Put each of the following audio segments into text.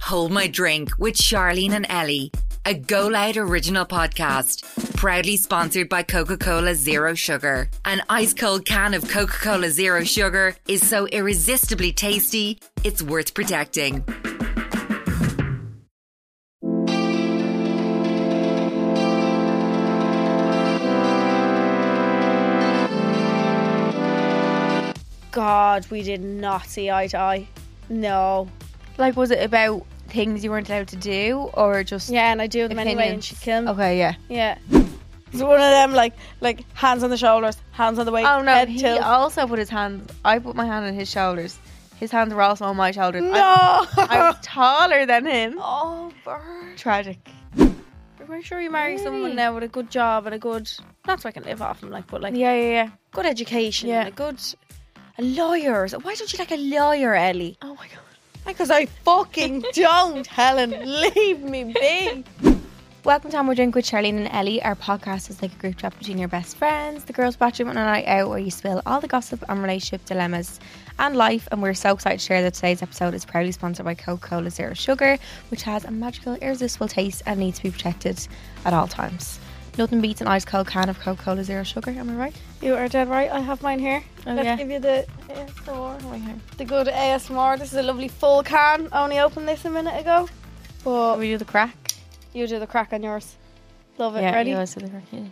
Hold My Drink with Charlene and Ellie, a Go Loud original podcast, proudly sponsored by Coca Cola Zero Sugar. An ice cold can of Coca Cola Zero Sugar is so irresistibly tasty, it's worth protecting. God, we did not see eye to eye. No. Like, was it about things you weren't allowed to do, or just Yeah, and I do them anyway, and Opinions. she killed me. Okay, yeah. Yeah. It's one of them, like, like hands on the shoulders, hands on the waist. Oh no, head he tilt. also put his hands. I put my hand on his shoulders. His hands were also on my shoulders. no. I, I was taller than him. oh, bird. Tragic. We're sure you marry someone Really? now with a good job and a good, not so I can live off him, like, but like, Yeah, yeah, yeah. good education Yeah. and a good, a lawyer. So Why don't you like a lawyer, Ellie? Oh my god. Because I fucking don't, Helen. Leave me be. Welcome to On More Drink with Charlene and Ellie. Our podcast is like a group chat between your best friends, the girls' bathroom, and a night out where you spill all the gossip and relationship dilemmas and life. And we're so excited to share that today's episode is proudly sponsored by Coca Cola Zero Sugar, which has a magical, irresistible taste and needs to be protected at all times. Nothing beats an ice cold can of Coca Cola Zero Sugar, am I right? You are dead right. I have mine here. Oh, Let's yeah. give you the ASMR. The good ASMR. This is a lovely full can. I only opened this a minute ago. Oh, But we do the crack. you do the crack on yours. Love it. Ready? yours do the crack. yeah.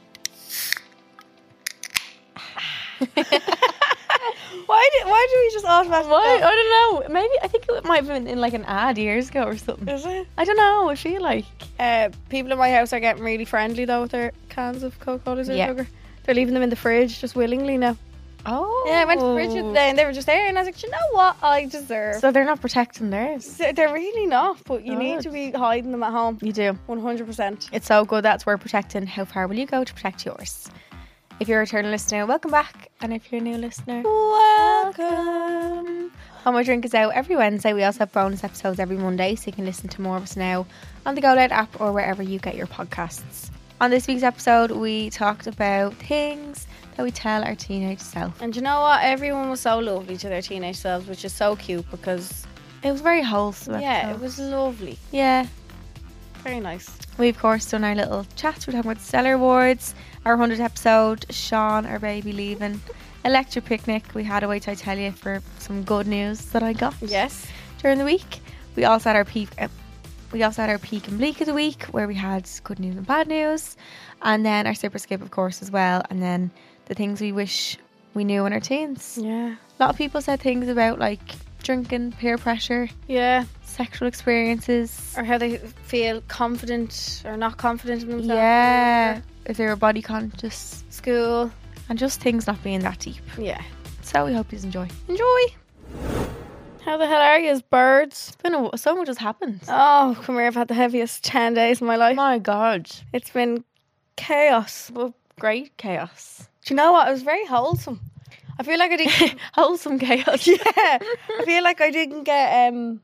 Why do Why do we just automatically? Why? I don't know. Maybe I think it might have been in like an ad years ago or something. go? Is it? I don't know. I feel like Uh, people in my house are getting really friendly though with their cans of Coca Cola Zero Yeah. Sugar. They're leaving them in the fridge just willingly now. oh Yeah, I went to the fridge today and they were just there, and I was like, "Do you know what? I deserve. So they're not protecting theirs. So they're really not, but you need Good. to be hiding them at home. You do. 100%. It's so good. That's where protecting. How far will you go to protect yours? If you're a returning listener, welcome back. And if you're a new listener, Welcome. On My Drink is out every Wednesday. We also have bonus episodes every Monday, so you can listen to more of us now on the Go Loud app or wherever you get your podcasts. On this week's episode, we talked about things that we tell our teenage self. And you know what? Everyone was so lovely to their teenage selves, which is so cute because It was very wholesome. yeah, it episode. was lovely, Yeah. very nice. We, of course, done our little chats. We're talking about the Stellar Awards, our 100th episode, Sean, our baby, leaving, Electric Picnic. We had a wait till I tell you for some good news that I got Yes, during the week. We also had our peak. Uh, we also had our peak and bleak of the week, where we had good news and bad news, and then our super skip, of course, as well, and then the things we wish we knew in our teens. yeah, A lot of people said things about like drinking, peer pressure, yeah, sexual experiences. or how they feel confident or not confident in themselves. Yeah, if they were body conscious. school. and just things not being that deep. Yeah, So we hope you enjoy. enjoy. How the hell are you, birds? It's been a, so much has happened. Oh, come here! I've had the heaviest ten days of my life. my god, It's been chaos. well, great chaos, Do you know what? It was very wholesome. I feel like I did. wholesome chaos. yeah, I feel like I didn't get um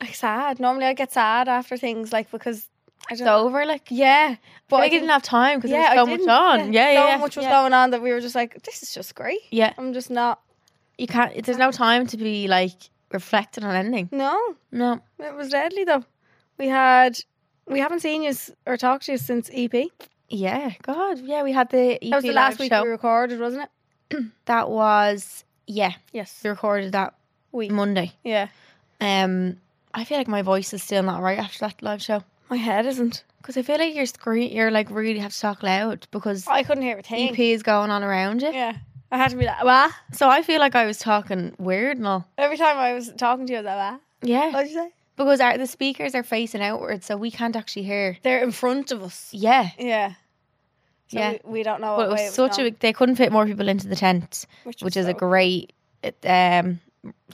like sad. Normally, I get sad after things like because I It's don't. know. over. Like, yeah, but but I didn't- didn't have time because yeah, I there was so didn't. much on. Yeah, yeah, so yeah. much was yeah. going on that we were just like, this is just great. Yeah. I'm just not. You can't. There's no time to be like reflecting on anything. No, No. it was deadly though. We had. We haven't seen you or talked to you since EP. Yeah. God. Yeah. We had the EP that was E the last live week show. we recorded, wasn't it? That was yeah. Yes. We recorded that Week. Monday. Yeah. Um, I feel like my voice is still not right after that live show. My head isn't. Because I feel like you're scream, you're like really have to talk loud because I couldn't hear a thing. EP is going on around you. Yeah. I had to be like, wah. So I feel like I was talking weird and all. Every time I was talking to you, I was like, wah. Yeah, What'd you say? because our, the speakers are facing outward, so we can't actually hear. They're in front of us. Yeah, Yeah. So Yeah. We, we don't know. but it what way was such a big- they couldn't fit more people into the tent, which is a great it, um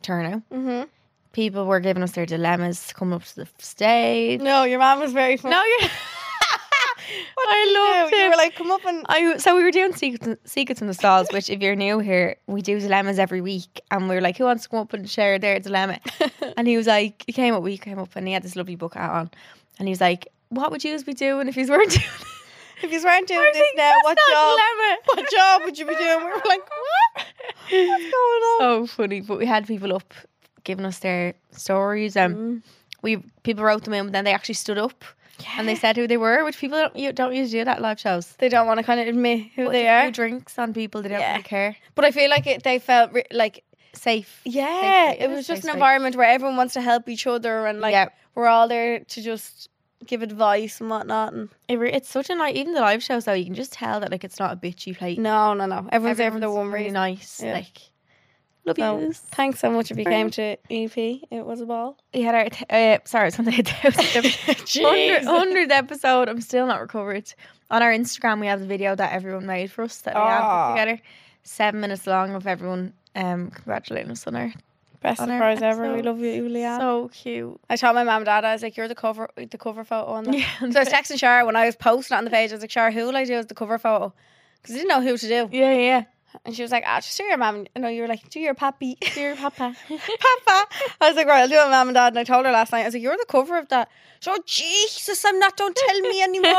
turnout. Mm-hmm. People were giving us their dilemmas coming up to the stage. No, your mom was very funny. No, you. I loved you, it. you were like, come up and I so we were doing secrets, secrets from the stalls, which if you're new here, we do dilemmas every week, and we were like, who wants to come up and share their dilemma? and he was like, he came up, we came up, and he had this lovely book hat on, and he was like, what would you be doing if you weren't doing? if you weren't doing I was this like, now, "That's what job? not What job would you be doing? We were like, a dilemma. what's going on? so funny, but we had people up giving us their stories. Um, Mm. we people wrote them in, but then they actually stood up and they said who they were, which people don't, you don't usually do that at live shows. they don't want to kind of admit who But they just are. threw drinks on people. They don't Yeah. really care. But I feel like it, they felt re- like Safe. yeah, space, it yeah, was safe just an space. environment where everyone wants to help each other and like yeah. we're all there to just give advice and whatnot. And It re- it's such a nice. Even the live shows though, you can just tell that like it's not a bitchy plate. no, no, no, everyone's there for the one really reason. nice. Yeah. Like love So, you. Thanks so much if you Very came to EP. It was a ball. We had our th- uh, sorry, it's on the hundred Jeez. hundredth episode. I'm still not recovered. On our Instagram, we have the video that everyone made for us that we have Ah. put together, seven minutes long of everyone um congratulating us on our Best on our surprise ever. We episode. love you, Leanne. So cute. I told my mum and dad, I was like, "You're the cover, the cover photo on the Yeah. So I was texting Shar when I was posting it on the page. I was like, Shar, who will I do as the cover photo? Because I didn't know who to do. yeah, yeah. And she was like, ah, just do your mum. And you were like, do your pappy. Dear Papa. Papa. I was like, right, I'll do it, mum and dad. And I told her last night, I was like, you're the cover of that. She oh, Jesus, I'm not. Don't tell me anymore.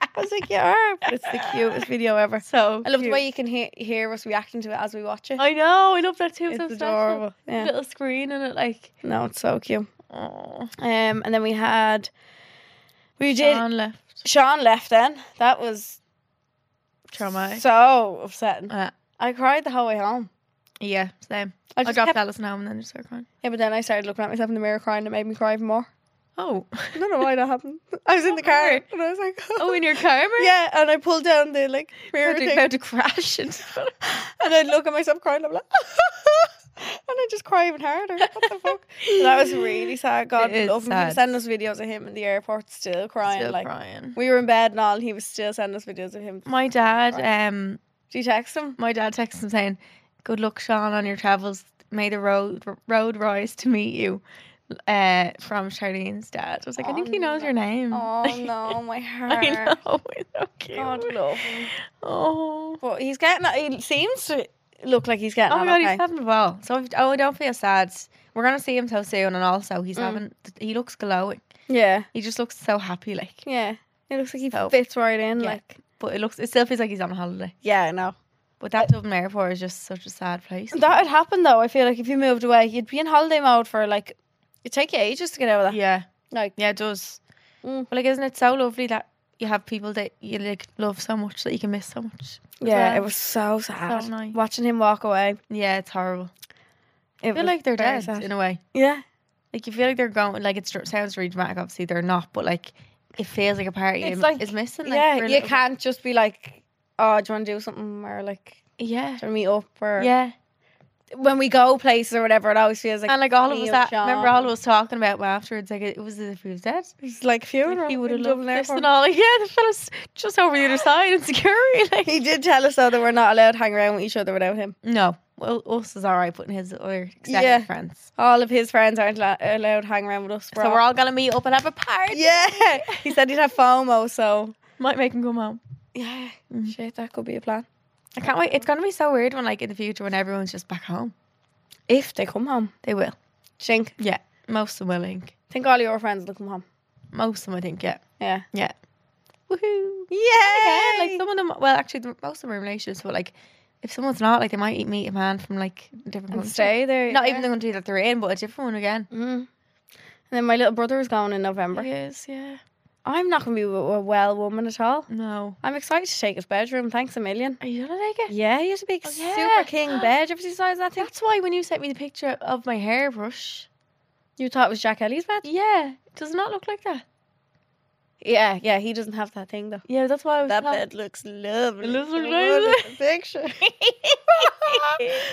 I was like, you are. But it's the cutest video ever. so I love the cute. way you can hear, hear us reacting to it as we watch it. I know. I love that too. it's so special. adorable. Yeah. Little screen and it like. No, it's so cute. Oh. Um, and then we had, we did. Sean left. Sean left then. That was Trauma. So upsetting. Uh, I cried the whole way home. yeah, same. I I, just dropped kept, Alice now and then just started crying. Yeah, but then I started looking at myself in the mirror crying. It made me cry even more. Oh. I don't know why that happened. I was in the car Alright. and I was like, oh, in your car, Mary? yeah. And I pulled down the like mirror About to, thing about to crash into and I look at myself crying. I'm like, and I just cry even harder. What the fuck? that was really sad. God, It is love him. He sad. was sending us videos of him in the airport, still crying. Still like crying. we were in bed and all, and he was still sending us videos of him. My dad, um, Do you text him? my dad texted him saying, "Good luck, Sean, on your travels. May the road road rise to meet you." Uh, from Charlene's dad. I was like, I Oh, think he knows no. your name. Oh no, my heart. I know. It's so cute. God love him. Oh. But he's getting. He seems to look like he's getting. Oh my on god, okay. he's having a ball. So if, oh, don't feel sad. We're gonna see him so soon, and also he's Mm. having. He looks glowing. yeah, He just looks so happy, like. yeah. It looks like he So- fits right in. Yeah. Like But it looks. It still feels like he's on holiday. yeah, I know. But that Dublin airport is just such a sad place. That would happen though. I feel like if you moved away, you'd be in holiday mode for like. It'd take you ages to get out of that. yeah, Like yeah, it does. Mm. But like, isn't it so lovely that you have people that you like love so much that you can miss so much? as yeah, well? it was so sad. nice. Watching him walk away. Yeah, it's horrible. It I feel was like they're very dead sad. in a way. Yeah, Like you feel like they're going. Like it sounds really dramatic. Obviously, they're not. But like, it feels like a part of you It's m- like- is missing. Like, for yeah. a You little bit. can't just be like, oh, do you want to do something or like Yeah. do you wanna meet up or Yeah. when we go places or whatever. It always feels like and like all of me us or that remember all of Sean. us talking about well, afterwards like it, it was as if he was dead it's like funeral. like, he would have in loved Dublin this Airport. and all like, yeah the fella's just over the other side in security like He did tell us though that we're not allowed to hang around with each other without him. no well us is alright putting his other extended Yeah. friends All of his friends aren't la- uh, allowed to hang around with us. so we're all gonna meet up and have a party yeah. He said he'd have FOMO, so might make him come home yeah. Mm. Shit, that could be a plan I can't wait it's gonna be so weird when like in the future when everyone's just back home if they come home. they will Think, yeah most of them will I think think all your friends will come home. most of them I think yeah Yeah. yeah woohoo Yeah. yeah like some of them well actually the, most of them are in relationships but like if someone's not like they might meet a man from like a different and country stay there. Not even the country that they're in, but a different one again. Mm. And then my little brother is going in November. Yes, yeah. I'm not going to be a- a well woman at all. No. I'm excited to take his bedroom. Thanks a million. Are you gonna take it? Yeah, he has a big Oh, yeah. super king bed. You ever see the size of that thing? That's why when you sent me the picture of my hairbrush, You thought it was Jack Ellie's bed? yeah, it does not look like that. Yeah, yeah. He doesn't have that thing though. Yeah, that's why I was. That so- bed looks lovely. It looks Look amazing. at the picture.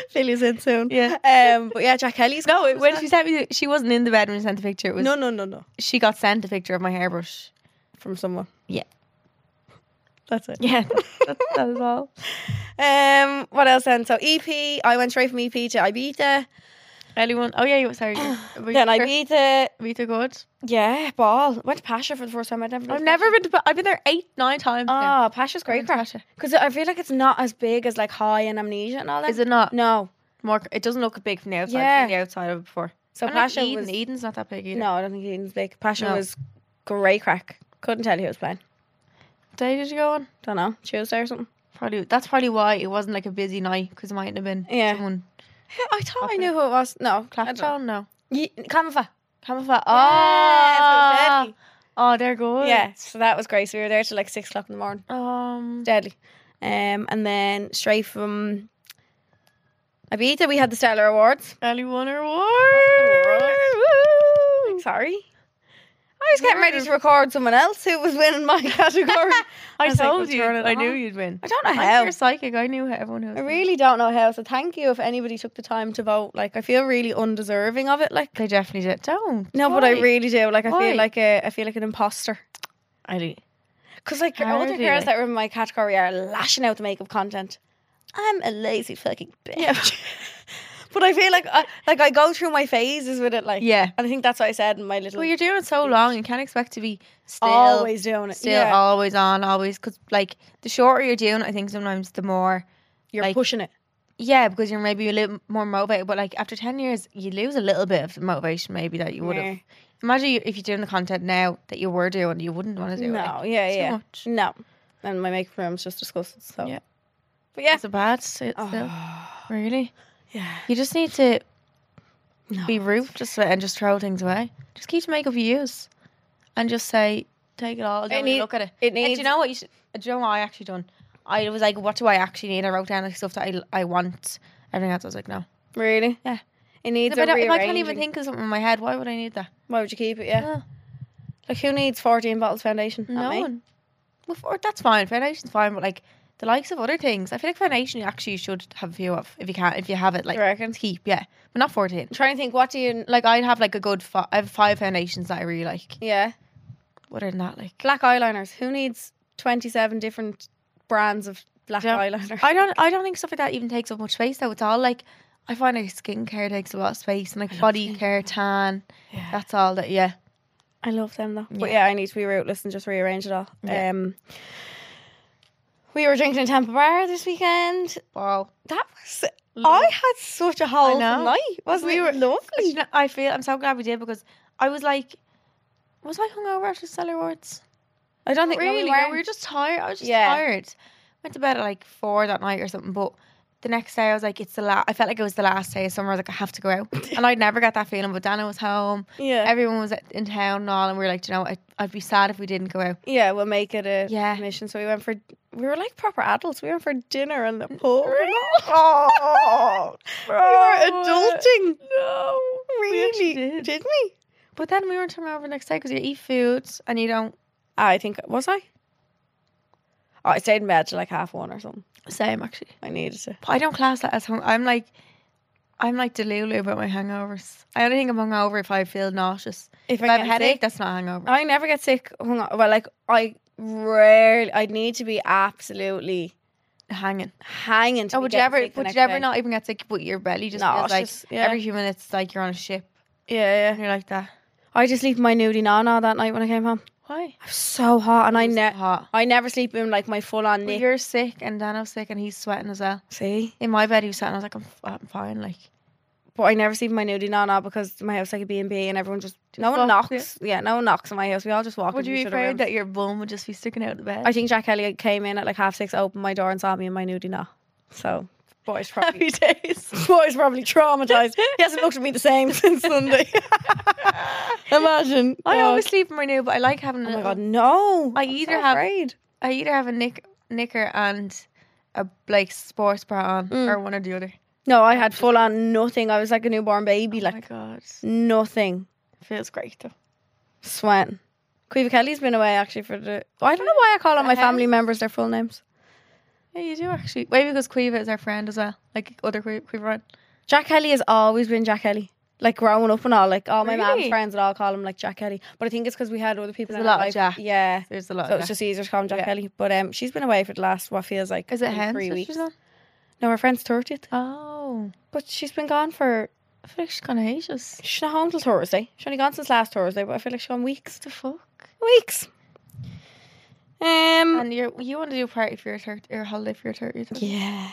Philly's in soon. Yeah. Um, but yeah, Jack Kelly's. No, it it- when she sent me, the, she wasn't in the bed when she sent the picture. It was No, no, no, no. she got sent a picture of my hairbrush. From someone. Yeah. That's it. Yeah, that's, that is all. Um, what else then? So EP, I went straight from EP to Ibiza. Anyone? Oh yeah, you sorry. Were Then Ibiza, We too good. yeah, ball. Went to Pasha for the first time. I'd never. Been I've to never Pasha. been to. Ba- I've been there eight, nine times. now. Oh, Pasha's I've been great to crack. Pasha. Because I feel like it's not as big as like High and Amnesia and all that. Is it not No. more? It doesn't look big from the outside. Yeah. From the outside of it before. So And, like, Pasha Eden. was. Eden's not that big either. No, I don't think Eden's big. Pasha No. was great crack. Couldn't tell you who was playing. What day did you go on? Don't know. Tuesday or something. Probably that's probably why it wasn't like a busy night because it might have been Yeah. someone I thought I knew who it was. No, Clapton. Clapton, no. Ye- Camva. Camva. Yeah, Oh, so oh, they're good. Yeah, so that was great. So we were there till like six o'clock in the morning. Um, Deadly. Um, and then straight from Ibiza, we had the Stellar Awards. Ellie won her Woo! Sorry. I was getting ready to record someone else who was winning my category. I was like, told "What's you. wrong with I that?" knew you'd win. I don't know I'm how. your psychic. I knew how everyone who was I winning. really don't know how. So thank you if anybody took the time to vote. Like I feel really undeserving of it. Like They definitely did. Don't. no, but I Why? really do. Like I Why? feel like a, I feel like an imposter. Ellie. Because like all the Hardly, girls like. that were in my category are lashing out the makeup content. I'm a lazy fucking bitch. but I feel like I, like I go through my phases with it. Like Yeah. and I think that's what I said in my little. Well, you're doing it so long. You can't expect to be still, always doing it. still yeah. always on, always. Because like the shorter you're doing, I think sometimes the more. you're like- pushing it. Yeah, because you're maybe a little more motivated. But like after ten years, you lose a little bit of the motivation maybe that you would have. Yeah. Imagine you- if you're doing the content now that you were doing, you wouldn't want to do it. No, like, yeah, it's too yeah. much. No, and my makeup room's just disgusting. So Yeah. but yeah, Oh, It's a bad sit still. Really? yeah. You just need to No. be ruthless with it and just throw things away. Just keep the makeup you use and just say, take it all. Don't It even need- look at it. It And needs. do you know what you should, uh, do you know what I actually done? I was like, what do I actually need? I wrote down like stuff that I, I want. Everything else, I was like, no. really? Yeah. It needs If I, a don't- if I can't even rearranging. think of something in my head, why would I need that? Why would you keep it? Yeah. No. Like who needs fourteen bottles foundation? Not No me. one. Well, for, that's fine. Foundation's fine, but like the likes of other things, I feel like foundation you actually should have a few of if you can, if you have it. Like You reckon? keep, yeah, but not fourteen. I'm trying to think. What do you? Like I'd have like a good. Fi- I have five foundations that I really like. Yeah. Other than that, like Black eyeliners. Who needs twenty-seven different brands of black Yeah. eyeliner? I don't. I don't think stuff like that even takes up much space. Though it's all like I find like skincare takes a lot of space and like body care, tan. Yeah. That's all that. Yeah. I love them though. But Yeah. yeah, I need to be rootless and just rearrange it all. Yeah. Um, we were drinking in Tampa Bar this weekend. Wow. That was. I had such a whole know. night. Wasn't We it were- lovely? I feel I'm so glad we did because I was like, was I hungover after Stellar Awards? I don't Not think really. really. We were just tired. I was just Yeah. tired. Went to bed at like four that night or something. But the next day, I was like, it's the last. I felt like it was the last day of summer. I was like, I have to go out, and I'd never got that feeling. But Dana was home. yeah. Everyone was in town and all, and we were like, "Do you know, what? I'd, I'd be sad if we didn't go out. yeah, we'll make it a Yeah. mission. So we went for. We were like proper adults. We went for dinner in the Mm, pub. oh, we were adulting. No, Really? did. did. we? but then we weren't hungover the next day because you eat food and you don't. I think was I. Oh, I stayed in bed till like half one or something. Same actually. I needed to. But I don't class that as hung. I'm like, I'm like delulu about my hangovers. I only think I'm hungover if I feel nauseous. If I have a get headache, sick- that's not a hangover. I never get sick. Hung on. Well, like I rarely. I'd need to be absolutely Oh, Hanging. hanging. To Oh, be would you getting ever? sick the Would next you ever day. not even get sick? But your belly just feels like Nauseous, yeah. every few minutes, it's like you're on a ship Yeah, and yeah. you're like that. I just leave my nudie nana that night when I came home. Why? I was so hot, and I It's never. hot. I never sleep in like my full on But knit. you're sick and Dano's sick and he's sweating as well. See, In my bed, he was sweating. I was like, I'm, f- I'm fine. Like, but I never sleep in my nudie nana because my house like a B and B, and everyone just no one fuck knocks. Yeah, no one knocks in my house. We all just walk. would you into each be other afraid rooms. that your bum would just be sticking out of the bed? I think Jack Kelly came in at like half six, opened my door and saw me in my nudie now. So boy's probably days. boy's probably traumatized. He hasn't looked at me the same since Sunday. Imagine. I God. always sleep in my new, but I like having. Oh a my little- god, no! I I'm either so have- afraid. I either have a knick, knicker and a like sports bra on, Mm. or one or the other. No, I had full on nothing. I was like a newborn baby, oh my like god, nothing. feels great though. Sweating. Cueva Kelly's been away actually for the. Oh, I don't know why I call all my Uh-huh. family members their full names. Yeah, you do actually. Maybe because Cueva is our friend as well, like other Cui- Cueva. friend. Jack Kelly has always been Jack Kelly. Like growing up and all, like all my Really? mom's friends would all call him like Jack Kelly. But I think it's because we had other people. There's in a our lot of life. Jack. Yeah. There's a lot. So of it's that. just easier to call him Jack Yeah. Kelly. But um, she's been away for the last what feels like is it maybe hen? three that weeks. she's on? No, her friend's thirtieth. Oh, But she's been gone for I feel like she's kind of anxious. she's not home till Thursday. She's only gone since last Thursday, but I feel like she's gone weeks. The fuck. Weeks. Um Mm. And you you want to do a party for your third, your holiday for your thirtieth? Yeah.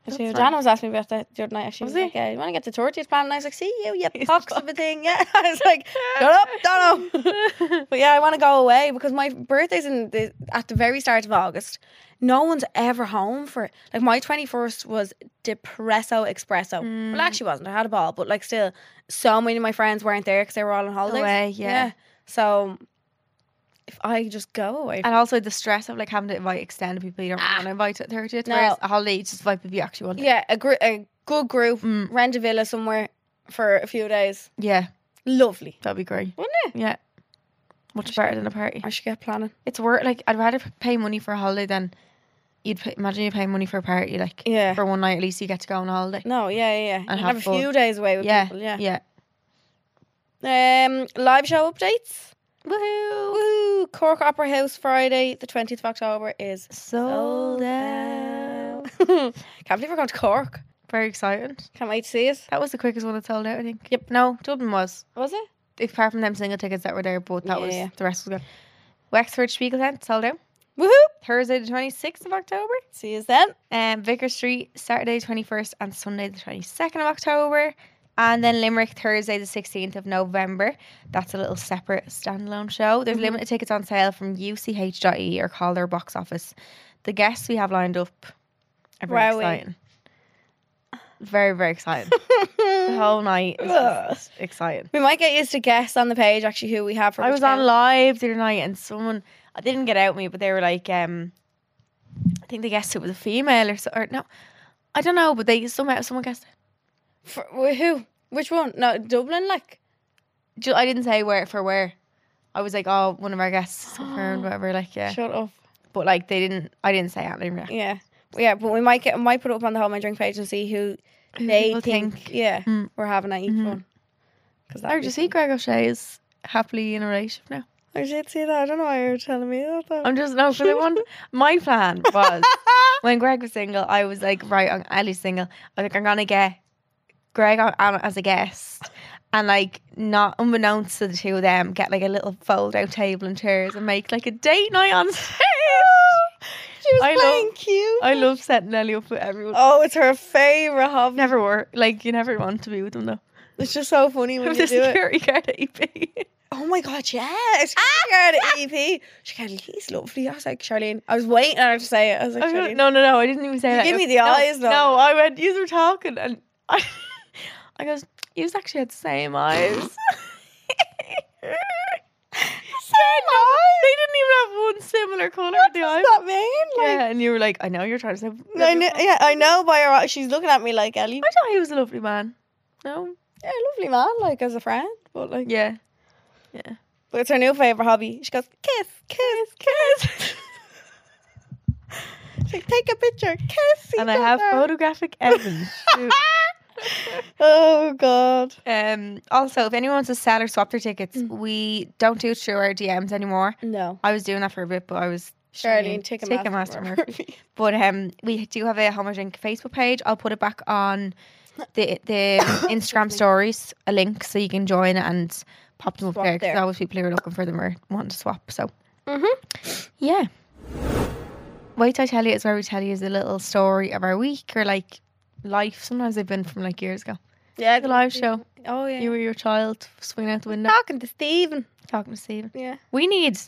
I That's do. nice. Dana was asking me about that the other night. She Was was, he? like, yeah, you want to get the tortillas plan? And I was like, see you, you He's pox of a thing. Yeah. I was like, shut up, Donna. but yeah, I want to go away because my birthday's in the, at the very start of August. No one's ever home for it. Like my 21st was depresso espresso. Mm. Well, actually wasn't. I had a ball, but like still, so many of my friends weren't there because they were all on holidays. Away, yeah. So if I just go away, And also the stress of like having to invite extended people you don't Ah. want to invite at 30th. No. Whereas a holiday, you just invite people you actually want to. yeah, a, gr- a good group, Mm. rent a villa somewhere for a few days. Yeah, Lovely. that'd be great. Wouldn't it? Yeah. Much better than a party. I should get planning. It's worth like I'd rather p- pay money for a holiday than you'd pay, imagine you pay money for a party like Yeah. for one night at least you get to go on a holiday. No, yeah, yeah, yeah. You can have have, a few fun. days away with Yeah, people, yeah. yeah. Um, live show updates. Woohoo! Woohoo! Cork Opera House Friday, the 20th of October is Sold out. Can't believe we're going to Cork. Very excited. Can't wait to see it. That was the quickest one that sold out, I think. Yep. No, Dublin was. Was it? Apart from them single tickets that were there, but that Yeah. was the rest was gone. Wexford Spiegel tent sold out. Woohoo! Thursday the twenty sixth of October. See you then. Um, Vickers Street, Saturday the 21st and Sunday the 22nd of October. And then Limerick, Thursday the 16th of November. That's a little separate standalone show. There's Mhm. limited tickets on sale from uch.e E or call their box office. The guests we have lined up are very Wowee. exciting. Very, very exciting. the whole night is just exciting. we might get you to guess on the page actually who we have for I each was on count. live the other night and someone I didn't get out with me, but they were like, um, I think they guessed it was a female or so, or no, I don't know, but they somehow someone guessed it. For, wh- who? Which one? No, Dublin, like. Ju- I didn't say where for where. I was like, oh, one of our guests confirmed, whatever. Like, yeah, Shut up. but like they didn't. I didn't say anything. Yeah. Yeah. Yeah, but we might get might put it up on the Hold My Drink page and see who Who they people think, yeah Mm. we're having at each Mhm. one. Because Or do you see Greg O'Shea is happily in a relationship now? I did see that. I don't know why you were telling me that. Though. I'm just no. So the one, my plan was when Greg was single, I was like, right, I'm Ellie's single. I think I'm gonna get Greg on, on as a guest, and like not unbeknownst to the two of them, get like a little fold out table and chairs and make like a date night on stage. she was I love- playing cute. I love setting Ellie up with everyone. Oh, it's her favorite hobby. Never were like you never want to be with them though. It's just so funny when With you the do it. security guard at EP. Oh my god, yeah! It's Charlie Ah! at EP. She kind of he's lovely. I was like Charlene. I was waiting on her to say it. I was like I Charlene. don't- no, no, no. I didn't even say You that. gave I me goes, the no, eyes, though. No, I went. You were talking, and I, I goes. You actually had the same eyes. same eyes. They didn't even have one similar color. in the eyes. What's that mean? Like, Yeah, and you were like, I know you're trying to say. I know, yeah, I know by her. eye- She's looking at me like Ellie. I thought he was a lovely man. No. Yeah, lovely man, like as a friend, but like, Yeah. but it's her new favorite hobby. She goes kiss, kiss, kiss. She's like take a picture, kiss. And each I have other." photographic evidence. too. Oh god. um. Also, if anyone wants to sell or swap their tickets, Mm. we don't do it through our DMs anymore. No. I was doing that for a bit, but I was Charlene, take a Ticketmaster master Murphy. But um, we do have a Homer Drink Facebook page. I'll put it back on the the Instagram stories, a link so you can join and pop them up Swap there because there. always people who are looking for them or wanting to swap. So Mm-hmm. yeah. Wait till I tell you is where we tell you is a little story of our week or like life. Sometimes they've been from like years ago. Yeah, The live show. Oh yeah. You were your child swinging out the window talking to Stephen. talking to Stephen. Yeah. We need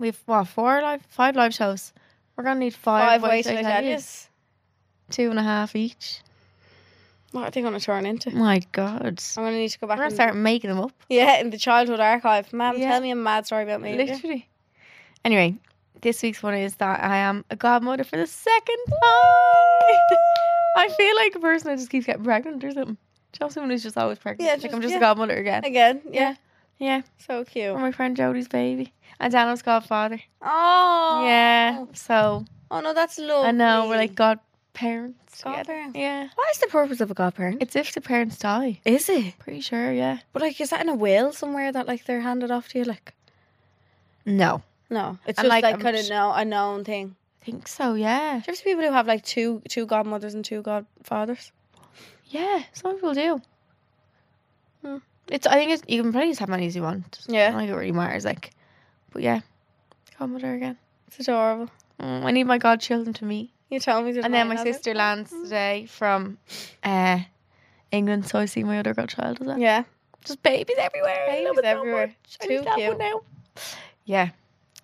we've what four live five live shows. We're gonna need five, Five ways to Till I tell Tell Yous. yes. Two and a half each. What are they going to turn into? My God. I'm going to need to go back. I'm going and- to start making them up. Yeah, in the childhood archive. Mom, Yeah. tell me a mad story about me. Literally. Anyway, this week's one is that I am a godmother for the second time. I feel like a person that just keeps getting pregnant or something. Do you know someone who's just always pregnant? Yeah, like I'm just- just a yeah. godmother again. Again. Yeah. Yeah, So for cute. my friend Jodie's baby. And Dano's godfather. Oh. Yeah, so Oh no, that's lovely. I know we're like godparents. together. godparents. Yeah. What is the purpose of a godparent? It's if the parents die. Is it? Pretty sure, yeah. But like, is that in a will somewhere that like they're handed off to you? Like, No. no, it's And, just like, like, I'm kind of sh- know a known thing. I think so, yeah. Do you ever see people who have like two two godmothers and two godfathers? Yeah, some people do. Hmm. It's. I think it's. You can probably just have many as you want. Yeah. I don't think it really matters. Like, but yeah, Commodore again. It's adorable. Mm, I need my godchildren to meet. You told me to. And then my sister lands Hmm. today from uh, England, so I see my other godchild as well. Yeah. Just babies everywhere. I love Babies it so everywhere. much. I Too need to have one cute. now. Yeah.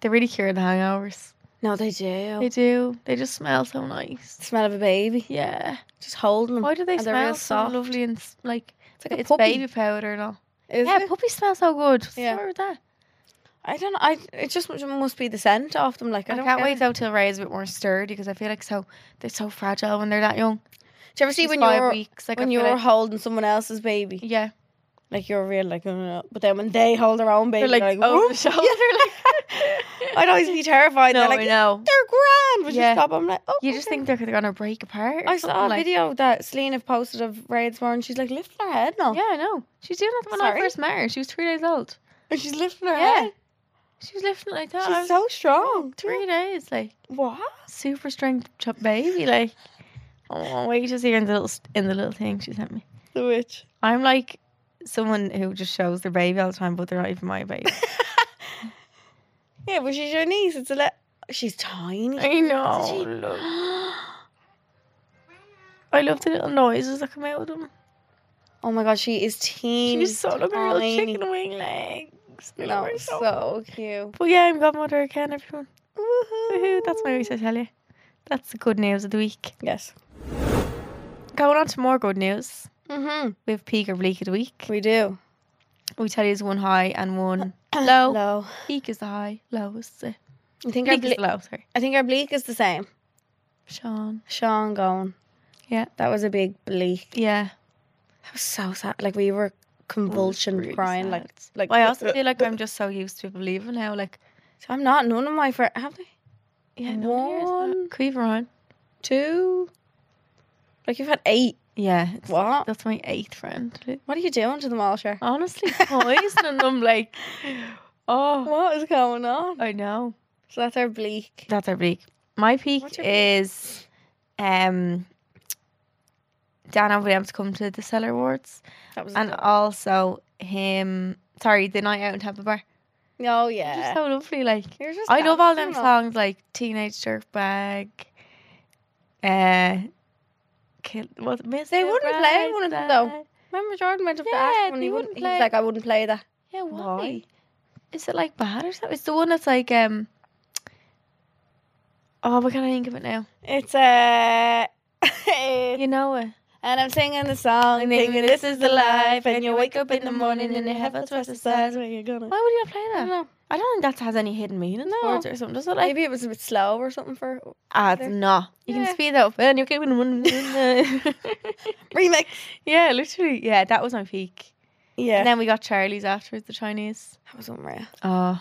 They really cure the hangovers. No, they do. They do. They just smell so nice. smell of a baby. Yeah. Just holding them. Why do they Hmm. And they're smell real so soft. lovely and s- like It's like a it's puppy. baby powder and all? Is yeah, it? puppies smell so good. What's Yeah. the matter with that? I don't know. I it just must- must be the scent of them. Like I, I, don't can't get wait it. though till Ray's a bit more sturdy because I feel like so they're so fragile when they're that young. Do you ever see She's when five you're weeks, like I when feel you're like- holding someone else's baby, yeah, like you're real like, "Uh," but then when they hold their own baby, they're like, "Oh." over the "Oops." shoulder. like- I'd always be terrified. no, they're like, I know. they're grand. Would you Yeah. stop? I'm like, oh, You just okay. think they're, they're gonna break apart. or I saw a something, like- video that Selena posted of Ray's more, and she's like lifting her head now. Yeah, I know. She's doing that when I Sorry? first met her. She was three days old. and she's lifting her Yeah. head. She was lifting it like that. I She's was so strong. three days, like What? super strength chop baby. Like, oh, wait just here in the little st- in the little thing she sent me. The witch. I'm like someone who just shows their baby all the time, but they're not even my baby. Yeah, but she's your niece. It's a le- she's tiny. I know. Isn't love- I love the little noises that come out of them. Oh my god, she is teeny. She's so like a real tiny. chicken wing legs. They No, were so- so cute. But yeah, I'm godmother again, everyone. Woohoo! Woohoo, that's my research, I tell you. That's the good news of the week. yes. Going on to more good news. Mhm. We have peak or bleak of the week. We do. We tell you is one high and one low. Hello. Peak is the high, low is the I think our peak is ble- the low. Sorry, I think our bleak is the same. Sean. Sean going. Yeah. That was a big bleak. Yeah, That was so sad. Like we were convulsion Really crying. sad. Like like. uh, But I also feel like I'm just so used to people leaving now. Like, I'm not. None of my friends have they. yeah, no one hears that. One. Can we have her on? Two. Like you've had eight. Yeah, it's- What? That's my eighth friend. What are you doing to them all, Cher? Honestly, poisoning them. Like, oh, What is going on? I know. So that's our bleak. That's our peak. My peak What's your peak? is, um, Dan Williams come to the Cellar Awards, That was. a and good- also him. Sorry, the night out in Tampa Bar. Uh, oh Just yeah. so lovely, like. You're just I love all them dancing on. songs like Teenage Dirtbag, uh, Kill, what, Miss They the wouldn't play one of them, though. Bride. Remember Jordan went up to Yeah, ask when they he wouldn't wouldn't. He play. was like, I wouldn't play that. Yeah, why? Why? Is it like bad or something? It's the one that's like, um, oh, what can I think of it now? It's uh You know it. and I'm singing the song, And thinking this is the life. And you wake up in the morning and your head feels twice the size when you're gonna. Why would you not play I that? don't know. I don't think that has any hidden meaning No. towards it or something, does it? Like, Maybe it was a bit slow or something for ah, it's either. not. You Yeah. can speed that up. And you can win. remix. Yeah, literally. Yeah, that was my peak. Yeah, And then we got Charlie's afterwards, the Chinese. that was unreal. Oh,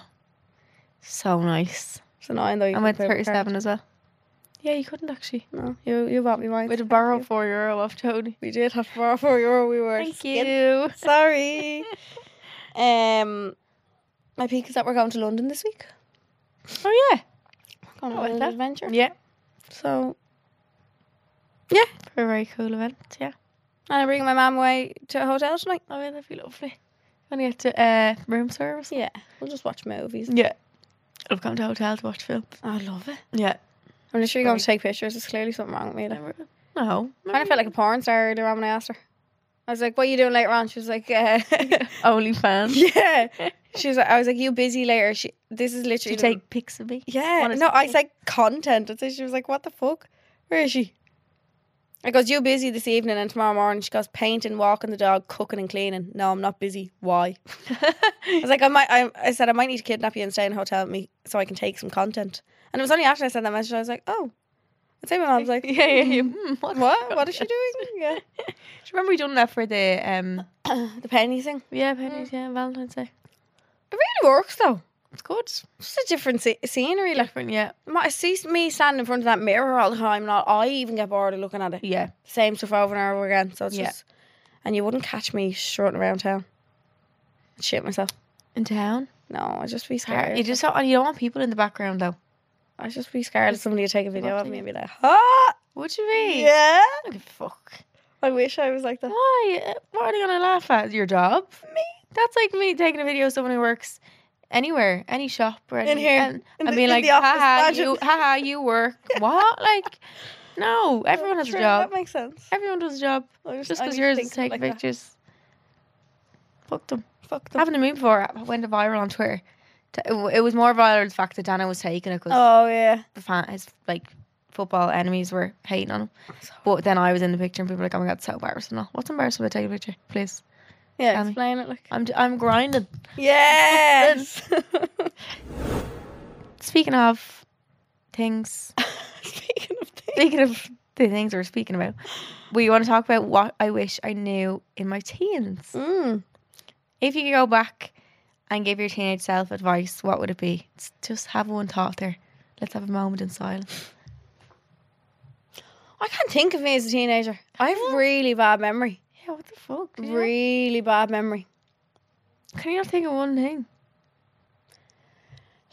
so nice. It's annoying though. you I went couldn't play with her. 37 as well. Yeah, you couldn't actually. No, you you bought me mine. We'd borrow four euro off Tony. We did have to borrow four euro. We were. Thank skint. you. Sorry. um, my peak is that we're going to London this week. Oh yeah, We're going Oh, on a is little that- adventure. yeah. So For a very cool event. Yeah. and I'm bringing my mum away to a hotel tonight. Oh yeah, that'd be lovely. Gonna get to uh, room service. Yeah, we'll just watch movies. Yeah. I've gone to a hotel to watch film. I love it. Yeah. I'm literally going Right. to take pictures. There's clearly something wrong with me. Like, No. I kind of felt like a porn star earlier on when I asked her. I was like, "What are you doing later on?" She was like, uh, only fan. "Yeah." She was. Like, I was like, "You busy later?" She. This is Do literally. you the- take pics of me? yeah. what is No, it? I said content. And so she was like, "What the fuck? Where is she?" I goes, "You busy this evening and tomorrow morning?" She goes, "Painting, walking the dog, cooking and cleaning." No, I'm not busy. Why? I was like, I might. I, I said I might need to kidnap you and stay in a hotel with me so I can take some content. And it was only after I sent that message I was like, "Oh." I'd say my mom's like, yeah, yeah, yeah. Mm, What? What is she doing? Yeah. Do you remember we done that for the um? the penny thing. Yeah, pennies. Yeah, Valentine's Day. It really works though. It's good. Just a different sce- scenery. Like Different. Yeah. my- I see me standing in front of that mirror all the time. Not I even get bored of looking at it. Yeah. Same stuff over and over again. So it's Yeah. just, and you wouldn't catch me strutting around town. I'd shit myself. In town. No, I'd just be scared. You just don't, you don't want people in the background though. I'd just be scared if somebody would take a video of Lovely. me and be like, "Huh? Would you be? Yeah." Like, fuck. I wish I was like that. Why? Uh, What are they gonna laugh at? Your job? Me? That's like me taking a video of someone who works anywhere, any shop or In any, here, and, in and the- being in like, the office, haha, imagine." you, haha, you work. What? Like, no, everyone has True, a job. That makes sense. Everyone does a job. I Just I because need to yours think of is it taking like that. pictures. Fuck them. Fuck I them. haven't a meme before. It went viral on Twitter. T- It w- it was more viral the fact that Dana was taking it because Oh yeah. the fan, his like football enemies were hating on him. But then I was in the picture and people were like, oh my god, so embarrassing. now." What's embarrassing about taking a picture? Please. Yeah. Um, explain it like. I'm, d- I'm grinding. Yes. Speaking of things, Speaking of things. speaking of the things we're speaking about, we want to talk about what I wish I knew in my teens. Mm. If you could go back and give your teenage self advice, what would it be? S- Just have one thought there. Let's have a moment in silence. I can't think of me as a teenager. I have really bad memory. Yeah, what the fuck? Can you, not, Really bad memory. can you not think of one thing?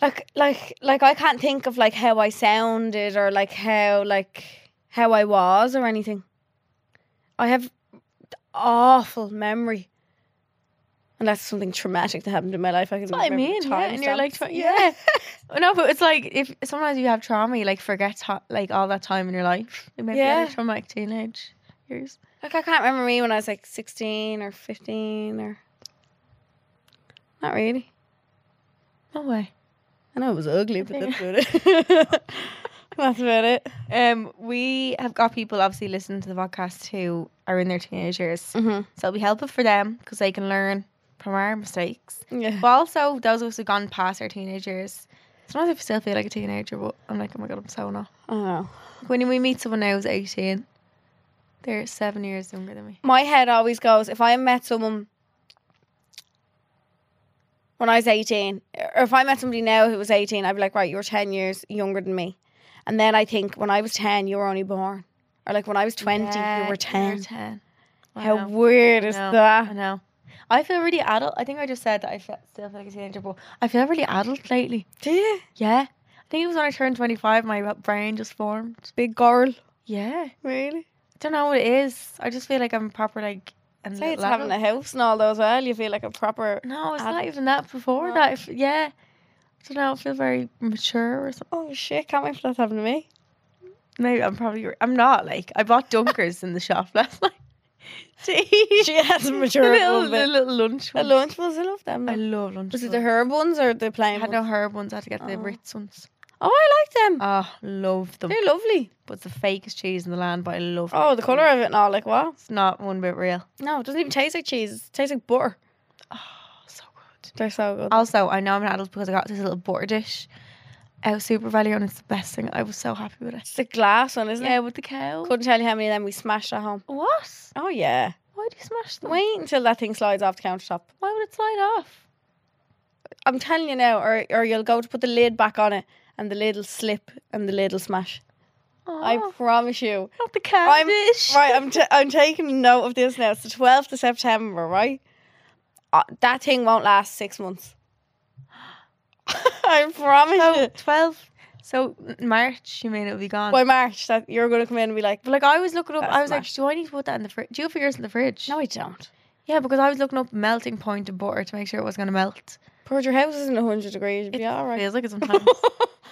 like like like I can't think of like how I sounded or like how like how I was or anything. I have awful memory. Unless something traumatic that happened in my life, I can. That's what I remember mean. Yeah, and you're like, timestamps. yeah. no, but it's like if sometimes you have trauma, you like forget ho- like all that time in your life. It might be Yeah. like traumatic teenage years. Like I can't remember me when I was like sixteen or fifteen or. Not really. No way. I know it was ugly, but think- that's about it. that's about it. Um, we have got people obviously listening to the podcast who are in their teenage years, Mm-hmm. so it'll be helpful for them because they can learn from our mistakes. Yeah. But also those of us who've gone past our teenage years. Sometimes I still feel like a teenager, but I'm like, oh my god, I'm so not. I know. When we meet someone now who's 18, they're seven years younger than me. my head always goes if I met someone when I was 18, or if I met somebody now who was 18, I'd be like, right, you're 10 years younger than me. And then I think when I was 10, you were only born. Or like when I was 20, you Yeah, were 10. 10. How Wow. weird is know. I that? know. I feel really adult. I think I just said that I fe- still feel like a teenager, but I feel really adult lately. Do you? Yeah. I think it was when I turned 25, my brain just formed. Big girl. Yeah. Really? I don't know what it is. I just feel like I'm proper, like, and Say it's having a house and all that as well. You feel like a proper. No, it's not adult. even that before No. that. If, yeah. I don't know. I feel very mature or something. Oh shit, can't wait for that to happen to me. Maybe I'm probably, I'm not. Like, I bought Dunkers in the shop last night to eat. She has A matured a little, little the bit. little lunch The one. lunch was, I love them. I though. love lunch. Was it ones. the herb ones or the I plain had ones? no herb ones. I had to get the Oh. Ritz ones. Oh, I like them. Oh, love them. They're lovely. But it's the fakest cheese in the land, but I love it. Oh, the colour of it and all, like wow. It's not one bit real. No, it doesn't even taste like cheese. It tastes like butter. Oh, so good. They're so good. Also, I know I'm an adult because I got this little butter dish out Super Value and it's the best thing. I was so happy with it. It's the glass one, isn't Yeah, it? with the cow. Couldn't tell you how many of them we smashed at home. What? Oh yeah. Why do you smash them? Wait until that thing slides off the countertop. Why would it slide off? I'm telling you now, or or you'll go to put the lid back on it and the lid'll slip and the lid'll smash. Oh, I promise you. not the cow I'm- dish. Right, I'm t- I'm taking note of this now. It's the 12th of September, right? Uh, that thing won't last six months. I promise So you. Oh, twelve. So n- March, you mean it'll be gone? By March, that you're gonna come in and be like, But like I was looking up, That's I was smashed. like, do I need to put that in the fridge? Do you have yours in the fridge? no, I don't. Yeah, because I was looking up melting point of butter to make sure it was going to melt. Purge your house isn't 100 degrees, you'd be It alright. Feels like it sometimes.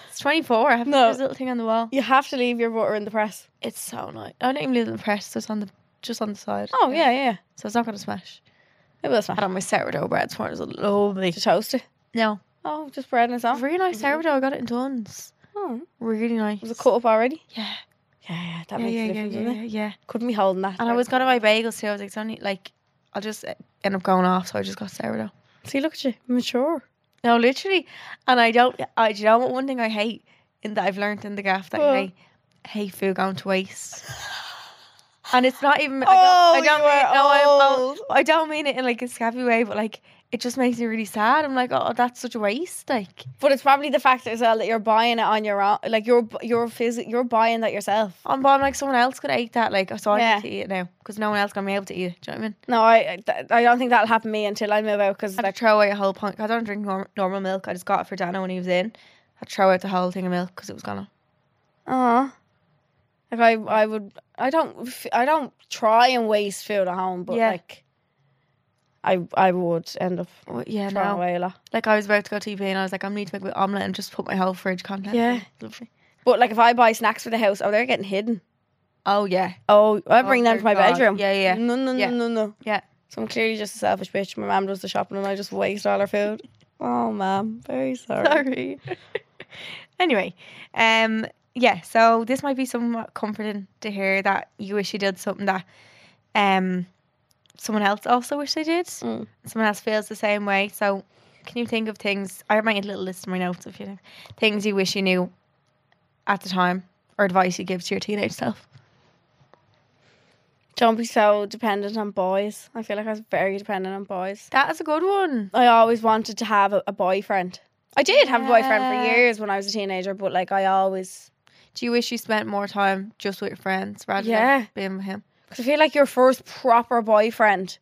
it's 24. I have No. this little thing on the wall. you have to leave your butter in the press. It's so nice. I don't even leave it in the press. It's on the just on the side. Oh, yeah, yeah. So it's not going to smash. It will I smash. had on my sourdough bread this morning. It was lovely. To toast it. No. Oh, just bread and A salt. really nice sourdough. I got it in tons. Mm-hmm. Oh, Really nice. was it cut up already? Yeah. Yeah, yeah, that Yeah, makes yeah, a yeah, difference, yeah, doesn't yeah, it? yeah. Couldn't be holding that. And I down. was going to buy bagels too. I was like, it's only like, I'll just uh, end up going off. So I just got sourdough. See, look at you. Mature. No, literally. And I don't, I, do you know what one thing I hate in that I've learned in the gaff that What? I hate? I hate food going to waste. And it's not even, Oh, I don't, I don't, you mean, are no, I'm- I'm- old. I don't mean it in like a scabby way, but like, it just makes me really sad. I'm like, oh, that's such a waste. Like, But it's probably the fact as well that you're buying it on your own. Like, you're, bu- you're, phys- you're buying that yourself. I'm, but I'm like, someone else could eat that. Like, so I Yeah. need to eat it now because no one else going to be able to eat it. Do you know what I mean? No, I, I, th- I don't think that'll happen to me until I move out because I had like, to throw away a whole pint. I don't drink norm- normal milk. I just got it for Dana when he was in. I throw out the whole thing of milk because it was gone. uh like I, I would, I don't, f- I don't try and waste food at home, but Yeah. like, I I would end up Oh, yeah, throwing no. away a lot. Like I was about to go TP and I was like, I'm gonna need to make my omelette and just put my whole fridge content. Yeah. lovely. But like if I buy snacks for the house, oh they're getting hidden. Oh yeah, Oh, I bring them dear to my God. bedroom. Mm. Yeah, yeah. No, no, Yeah. no, no, no. Yeah. So I'm clearly just a selfish bitch. My mum does the shopping and I just waste all her food. Oh, ma'am, very sorry. sorry. anyway, um, yeah. So this might be somewhat comforting to hear that you wish you did something that, um, someone else also wish they did. Mm. Someone else feels the same way. So, can you think of things? I made a little list in my notes of you know things you wish you knew at the time, or advice you give to your teenage self. Don't be so dependent on boys. I feel like I was very dependent on boys. That is a good one. I always wanted to have a, a boyfriend. I did have a boyfriend for Yeah. years when I was a teenager, but like I always, Do you wish you spent more time just with your friends rather Yeah. than being with him? because I feel like your first proper boyfriend,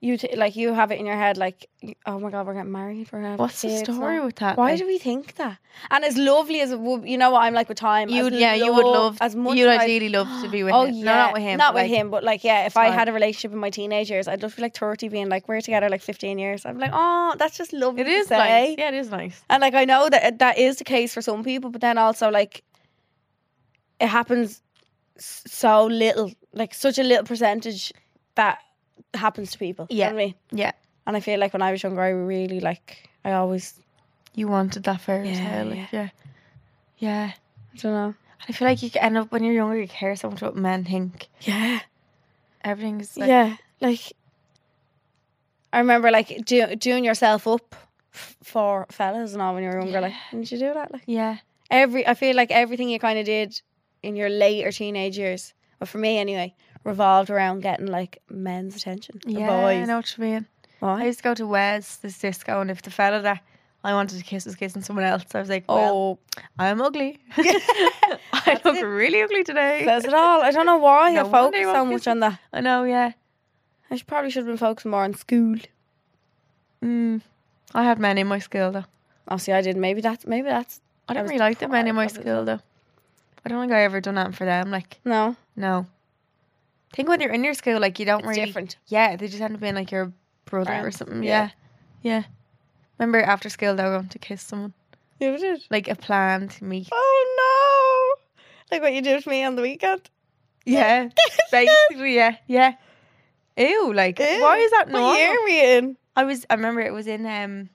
you t- like you have it in your head like, oh my god, we're getting married. We're gonna have What's the kids now." story with that? Why Like, do we think that? And as lovely as it would, you know what I'm like with time. you'd as yeah, you would lo- love as much. You'd as I- ideally love to be with oh him. yeah, No, not with him. not but, with like, him, but like yeah, if I time. had a relationship in my teenage years, I'd love to be like 30, being like we're together like 15 years. I'm like, oh, that's just lovely. It to is say. nice. Yeah, it is nice. And like I know that that is the case for some people, but then also like it happens s- so little, like such a little percentage that happens to people. You know Yeah. what I mean? Yeah. And I feel like when I was younger, I really like I always You wanted that fairy Yeah, tale. like, yeah. Yeah. I don't know. I feel like you c- end up when you're younger, you care so much what men think. Yeah. Everything's like, yeah, like I remember like do, doing yourself up f- for fellas and all when you were younger. Like, didn't you do that? Like yeah, every, I feel like everything you kind of did in your later teenage years, well, for me anyway, revolved around getting like men's attention. The yeah. I boys. know what you mean. I Why? used to go to Wes, this disco, and if the fella that I wanted to kiss was kissing someone else, I was like, well, Oh, I'm ugly. I look it. really ugly today. says it all. I don't know why No I wonder focus you so won't much kiss me. on that. I know, yeah. I should, probably should have been focusing more on school. Mm. I had men in my school though. Oh, see, I did. Maybe that's maybe that's I I didn't was really like the men in my deprived of school though. I don't think I ever done that for them. Like, no. no. I think when you're in your school, like you don't It's really. different. Yeah, they just end up being like your brother or Friends, something. yeah. Yeah. yeah, Remember after school though, going to kiss someone, You ever did. like a plan to meet. Oh no! Like what you did with me on the weekend. Yeah, basically, yeah, yeah. Ew, like why Ew, is that What year normal? are we in? I was, I remember it was in um.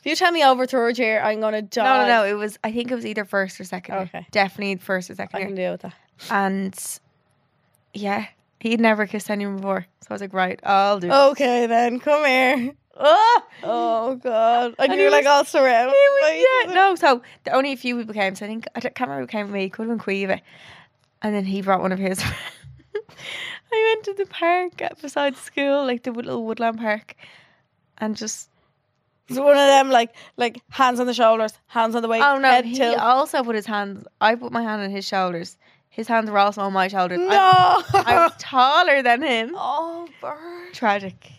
If you tell me over third year, I'm gonna die. No, no, no. It was. I think it was either first or second. year. Okay. Definitely first or second. I year. can deal with that. and yeah, he'd never kissed anyone before. So I was like, right, I'll do. it. Okay, then come here. Oh! Oh god, and, And you he were like was- all surrounded. yeah, no. So the only a few people came. So I think I don't, can't remember who came with me. Could have been Cueva, and then he brought one of his. I went to the park at- beside school, like the little woodland park, and just It's one of them like like hands on the shoulders, hands on the waist. oh no, head he tilt. also put his hands. I put my hand on his shoulders. His hands were also on my shoulders. no. I, I was taller than him. oh bird. Tragic.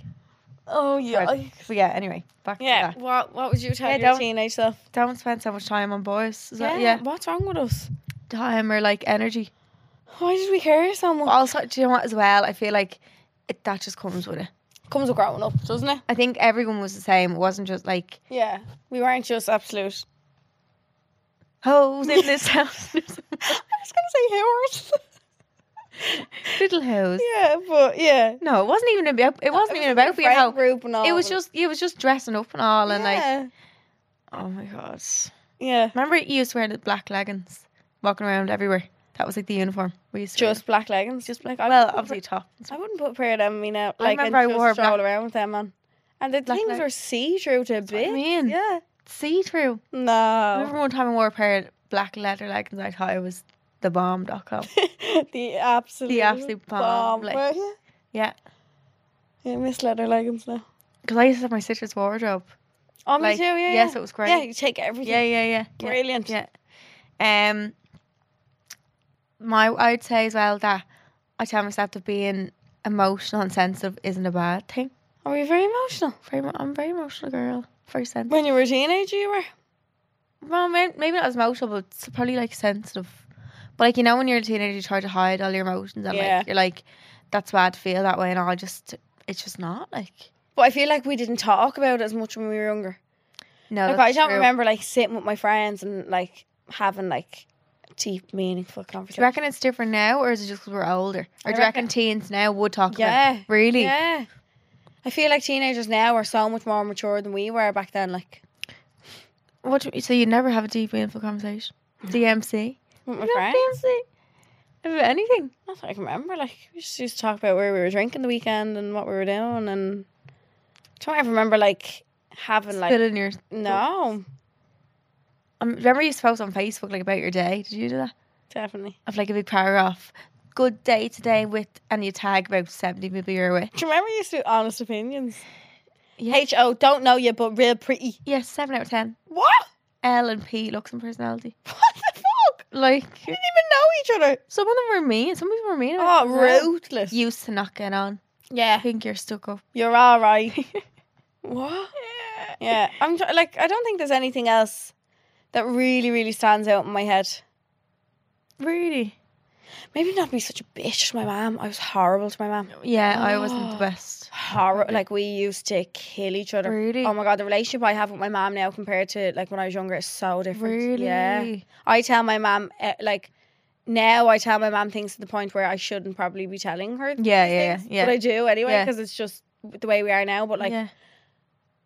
Oh yeah. Tragic. But yeah, anyway, back Yeah. to that. What What would you tell Yeah, your don't- teenage self? Don't spend so much time on boys. Is that, yeah. What's wrong with us? Time or like energy. Why did we care so But much? also, do you know what? As well, I feel like it, that just comes with it. Comes with growing up, doesn't it? I think everyone was the same. It wasn't just like Yeah. We weren't just absolute hoes in this house, I was gonna say little Howard. hoes. yeah, but yeah. No, it wasn't even about. It wasn't even about being Friend hoe. group and all. It was just it was just dressing up and all, and like yeah. oh my god. yeah, Remember, you used to wear the black leggings, walking around everywhere. That was like the uniform we used to. wear. just black leggings, just black. I well, wouldn't put obviously a top. a pair- I wouldn't put a pair of them on me now. Like remember I and just wore stroll black- around with them on, and the Black things leg- are see through to a what I bit. mean. Yeah, See through. no. Remember one time I wore a pair of black leather leggings. I thought it was the bomb.com. the absolute, absolute bomb, like- were you? yeah, yeah, miss leather leggings now. because I used to have my sister's wardrobe. Oh, me Like, too. Yeah, yeah. yes, it was great. Yeah, you take everything. Yeah, yeah, yeah. yeah. Brilliant. Yeah. Um my I'd say as well that I tell myself that being emotional and sensitive isn't a bad thing. Are you very emotional? Very mo- I'm a very emotional girl. Very sensitive. When you were a teenager, you were. Well, may- maybe not as emotional, but it's probably like sensitive. But like you know when you're a teenager you try to hide all your emotions and Yeah. like you're like, that's bad to feel that way and all just it's just not like But I feel like we didn't talk about it as much when we were younger. No, like that's I don't true. remember like sitting with my friends and like having like deep, meaningful Do conversations. you reckon it's different now, or is it just 'cause we're older? Or I do you reckon reckon- teens now would talk about? Yeah. it? Really? Yeah. I feel like teenagers now are so much more mature than we were back then. Like What? do you- so you never have a deep, meaningful conversation? DMC? with my You never friends, DMC? About anything? not that I can remember. Like we just used to talk about where we were drinking the weekend and what we were doing, and I don't ever remember like having like Spilling your. no, Um, remember you used to post on Facebook like about your day? Did you do that? definitely. Of like a big paragraph. Good day today with, and you tag about seventy people you're with. Do you remember you used to do honest opinions? Yeah. H O don't know you, but real pretty. Yes, seven out of ten. What? L and P looks and personality. What the fuck? Like We didn't even know each other. some of them were mean. Some people were mean. about Oh, it as well. ruthless. Used to not get on. I yeah, think you're stuck up. you're all right. what? Yeah, I'm tr- like I don't think there's anything else that really, really stands out in my head. Really? Maybe not be such a bitch to my mum. I was horrible to my mum. Yeah, I wasn't the best. Horrible. Like we used to kill each other. Really? Oh my god, the relationship I have with my mum now compared to like when I was younger is so different. Really? Yeah. I tell my mum eh, like now I tell my mum things to the point where I shouldn't probably be telling her. Yeah, these yeah, things, yeah. But I do anyway Yeah. because it's just the way we are now. But like, yeah.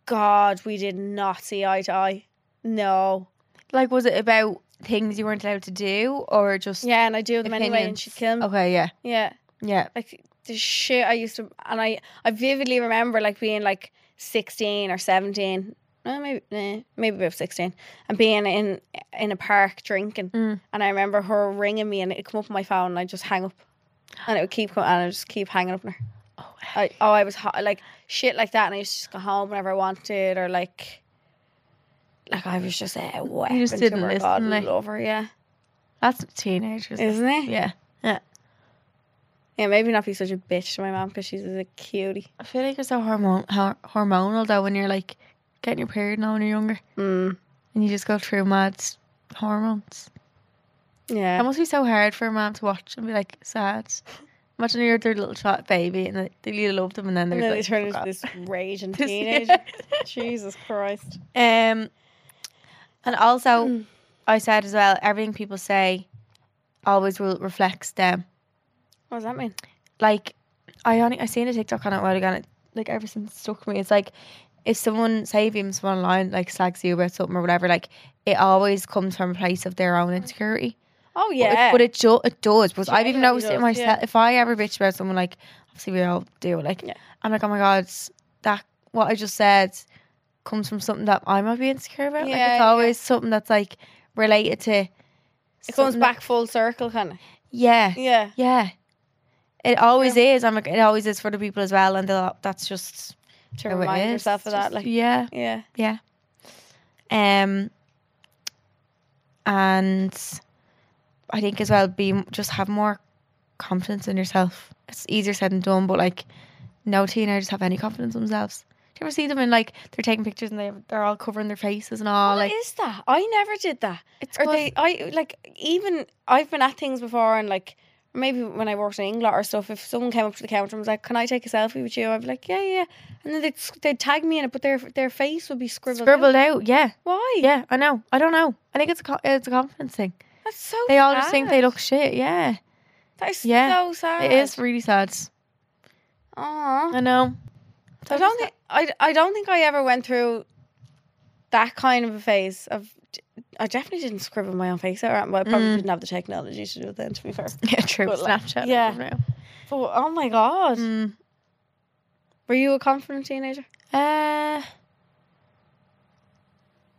God, we did not see eye to eye. No. like, was it about things you weren't allowed to do, or just Yeah, and I do them anyway, and Opinions. she'd kill me. Okay, yeah, Yeah. yeah. like the shit I used to, and I I vividly remember like being like sixteen or seventeen, no maybe nah, maybe about sixteen, and being in in a park drinking, Mm. and I remember her ringing me, and it'd come up on my phone, and I would just hang up, and it would keep coming, and I just keep hanging up on her. Oh, I, oh, I was hot, like shit like that, and I used to just go home whenever I wanted, or like. Like I was just a weapon just to didn't her. listen, God, like- love her, yeah, that's teenagers, isn't it? Yeah. Yeah, maybe not be such a bitch to my mom because she's a cutie. I feel like you're so hormon- hor- hormonal though when you're like getting your period now when you're younger, Mm. and you just go through mad s- hormones. Yeah, That must be so hard for a mom to watch and be like sad. Imagine you're their little shot baby, and they- they really love them, and then they're And then they like, turn "Fuck into off." this raging This- teenager. Jesus Christ. Um, and also, I said as well, everything people say always will reflects them. What does that mean? Like, I only I seen a TikTok on it a while ago, and it, like ever since it stuck with me. It's like if someone say if even someone online like slags you about something or whatever, like it always comes from a place of their own insecurity. Oh, But it- yeah. But it, ju- it does because I've even Genuinely noticed it does, myself. If I ever bitch about someone, like obviously we all do, like Yeah. I'm like, oh my god, that what I just said comes from something that I might be insecure about. like Yeah, it's yeah. always something that's like related to. it comes something that- back full circle, kind of. yeah, Yeah. yeah. It always is. I'm like, it always is for the people as well, and they'll- that's just To how Oh, it remind is. yourself of It's that. just- Like, yeah, yeah. yeah. Um, and I think as well, be just have more confidence in yourself. It's easier said than done, but like, no teenagers have any confidence in themselves. Do you ever see them in like they're taking pictures and they have, they're all covering their faces and all What Oh, like is that? I never did that. it's Or 'cause- they, I, like, even I've been at things before and, like, maybe when I worked in England or stuff, if someone came up to the counter and was like, Can I take a selfie with you? I'd be like, Yeah, yeah. And then they'd, s- they'd tag me in it, but their their face would be scribbled. out. scribbled out. Yeah, Why? yeah, I know. I don't know. I think it's a co- it's a confidence thing. That's so They all just think they sad. look shit. Yeah, That is Yeah, so sad. it is really sad. Aww. I know. I don't think I, I don't think I ever went through that kind of a phase of I definitely didn't scribble my own face out. Well, I probably Mm. didn't have the technology to do it then. To be fair, Yeah, true. But, like, Snapchat. yeah. Now. but oh my god, Mm. were you a confident teenager? Uh,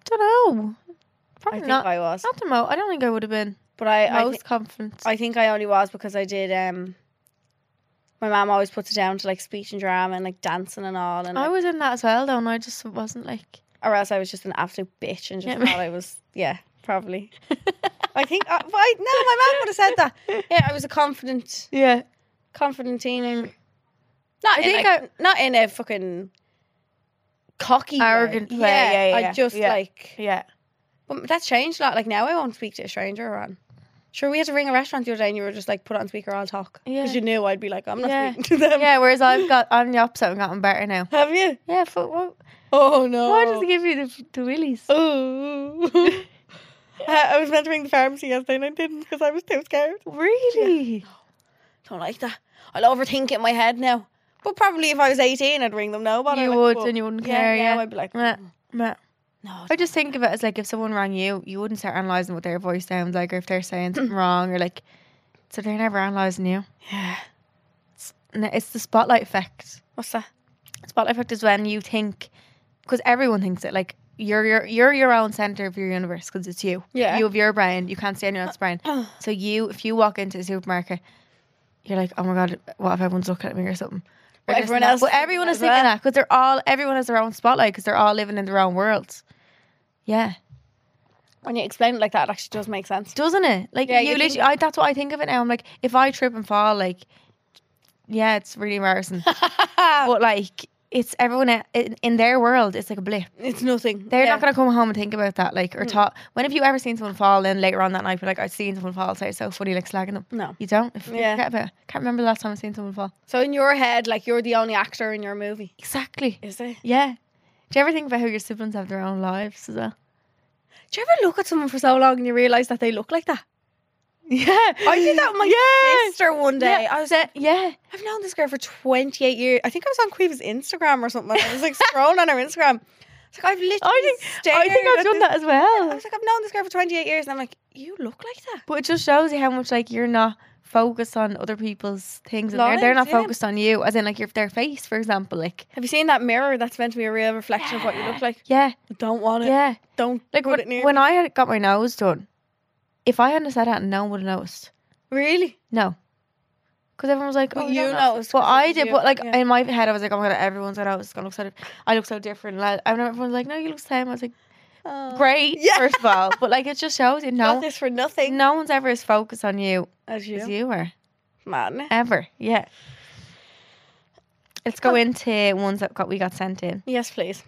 don't know. I Probably think not. I was, not the most. I don't think I would have been but I I, most thi- confident. I think I only was because I did. um My mom always puts it down to like speech and drama and like dancing and all, and I like, was in that as well, though, and I just wasn't like. or else I was just an absolute bitch and just Yeah. thought I was yeah probably. I think I, but I, no, my mom would have said that. Yeah, I was a confident Yeah. confident teenager. Not in I think like, not in a fucking cocky, way. Arrogant way, yeah, yeah, I yeah. just Yeah. like, Yeah. but that's changed a lot. Like now, I won't speak to a stranger. Or on. Sure, we had to ring a restaurant the other day and you were just like, put it on speaker, I'll talk. Because Yeah. you knew I'd be like, I'm not Yeah. speaking to them. Yeah, whereas I've got I'm the opposite. I've gotten better now. Have you? Yeah, but what, Oh no. why does it give you the, the willies? Oh. I I was meant to ring the pharmacy yesterday and I didn't because I was too scared. Really? Don't like that. I'll overthink it in my head now. But probably if I was 18, I'd ring them now. But You like, would well, and you wouldn't yeah, care. now Yeah, I'd be like, "Mm, Meh, meh. no. I just think of it as like if someone rang you, you wouldn't start analysing what their voice sounds like or if they're saying something wrong or like. So they're never analysing you. Yeah. No, It's the spotlight effect. What's that? Spotlight effect is when you think, because everyone thinks it. Like you're your you're your own center of your universe because it's you. Yeah. You have your brain. You can't see anyone else's brain. So you, if you walk into a supermarket, you're like, oh my god, what if everyone's looking at me or something? But Or this everyone and that. else But is thinking everyone that is as thinking well. that because they're all everyone has their own spotlight because they're all living in their own worlds. Yeah, when you explain it like that, it actually does make sense. doesn't it? Like Yeah, you, you think- literally, I, that's what I think of it now. I'm like, if I trip and fall, like, yeah, it's really embarrassing. but like, it's everyone e- in, in their world. It's like a blip. it's nothing. They're Yeah. not going to come home and think about that, like, or talk. When have you ever seen someone fall? Then later on that night, be like, I've seen someone fall. So it's so funny, like slagging them. No. You don't. If Yeah. You forget about it. Can't remember the last time I've seen someone fall. So in your head, like you're the only actor in your movie. Exactly. Is it? Yeah. Do you ever think about how your siblings have their own lives as well? Do you ever look at someone for so long and you realise that they look like that? Yeah. I did that with my Yeah. sister one day. I was like, yeah. I've known this girl for 28 years. I think I was on Queeva's Instagram or something. I was like scrolling on her Instagram. It's like I've literally I think, stared I think I've at done this- that as I well. was like, I've known this girl for 28 years. And I'm like, you look like that. But it just shows you how much, like, you're not focused on other people's things. And they're, they're not Lives, yeah. focused on you, as in, like, your, their face, for example. Like, Have you seen that mirror that's meant to be a real reflection of what you look like? yeah, I don't want it. yeah. Don't Like, put when, it near. when I had got my nose done, if I hadn't said that, no one would have noticed. really? No. Because everyone was like, But oh, you don't know." noticed Well, 'cause it I was did, you. but like Yeah. in my head, I was like, oh my god, everyone's gonna it's gonna look so. Different. I look so different. Like, I remember everyone was like, no, you look the same. I was like, great, Yeah. first of all, but like it just shows you Oh. Got no, this for nothing. no one's ever as focused on you As as you are Man. ever. Yeah. Let's go into ones that got we got sent in. Yes, please.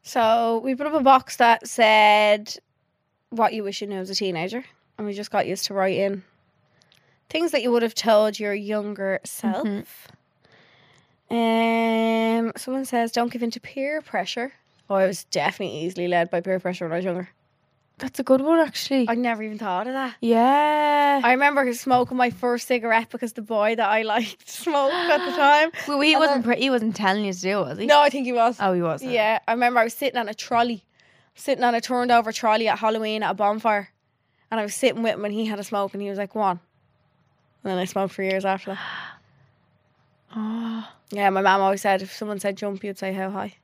So we put up a box that said what you wish you knew as a teenager, and we just got used to write in things that you would have told your younger self. Mhm. Mm-hmm. Um, someone says don't give in to peer pressure. Oh, I was definitely easily led by peer pressure when I was younger. That's a good one, actually. I never even thought of that. yeah. I remember smoking my first cigarette because the boy that I liked smoked at the time. well, he and wasn't. Pre- he wasn't telling you to do it, was he? No, I think he was. Oh, he wasn't. Yeah, I remember I was sitting on a trolley, sitting on a turned over trolley at Halloween at a bonfire, and I was sitting with him and he had a smoke and he was like, "One," and then I smoked for years after that. Oh, Yeah, my mum always said if someone said jump, you'd say how high.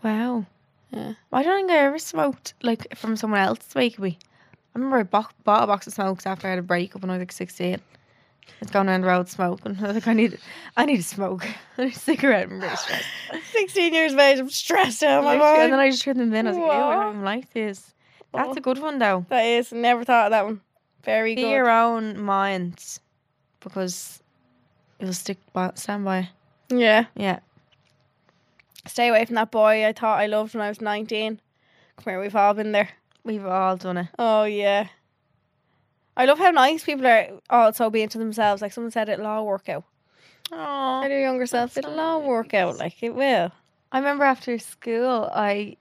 wow. Yeah. I don't think I ever smoked like from someone else making me. I remember I bo- bought a box of smokes after I had a breakup when I was like sixteen. I was going around the road smoking. I was like, I need, I need a smoke. I need a cigarette. I'm really stressed. Sixteen years of age, I'm stressed out of Oh my Literally, and mind. then I just turned them in. I was like, Ew, I Wow. don't even like this. That's Oh. a good one though. That is, never thought of that one. Very Be good. your own mind, because it'll stick by, stand by. Yeah, Yeah. stay away from that boy I thought I loved when I was nineteen. Come here, we've all been there. We've all done it. Oh yeah. I love how nice people are also being to themselves. Like someone said, it'll all work out. Oh. Tell your younger self, it'll all work out like it will. I remember after school, I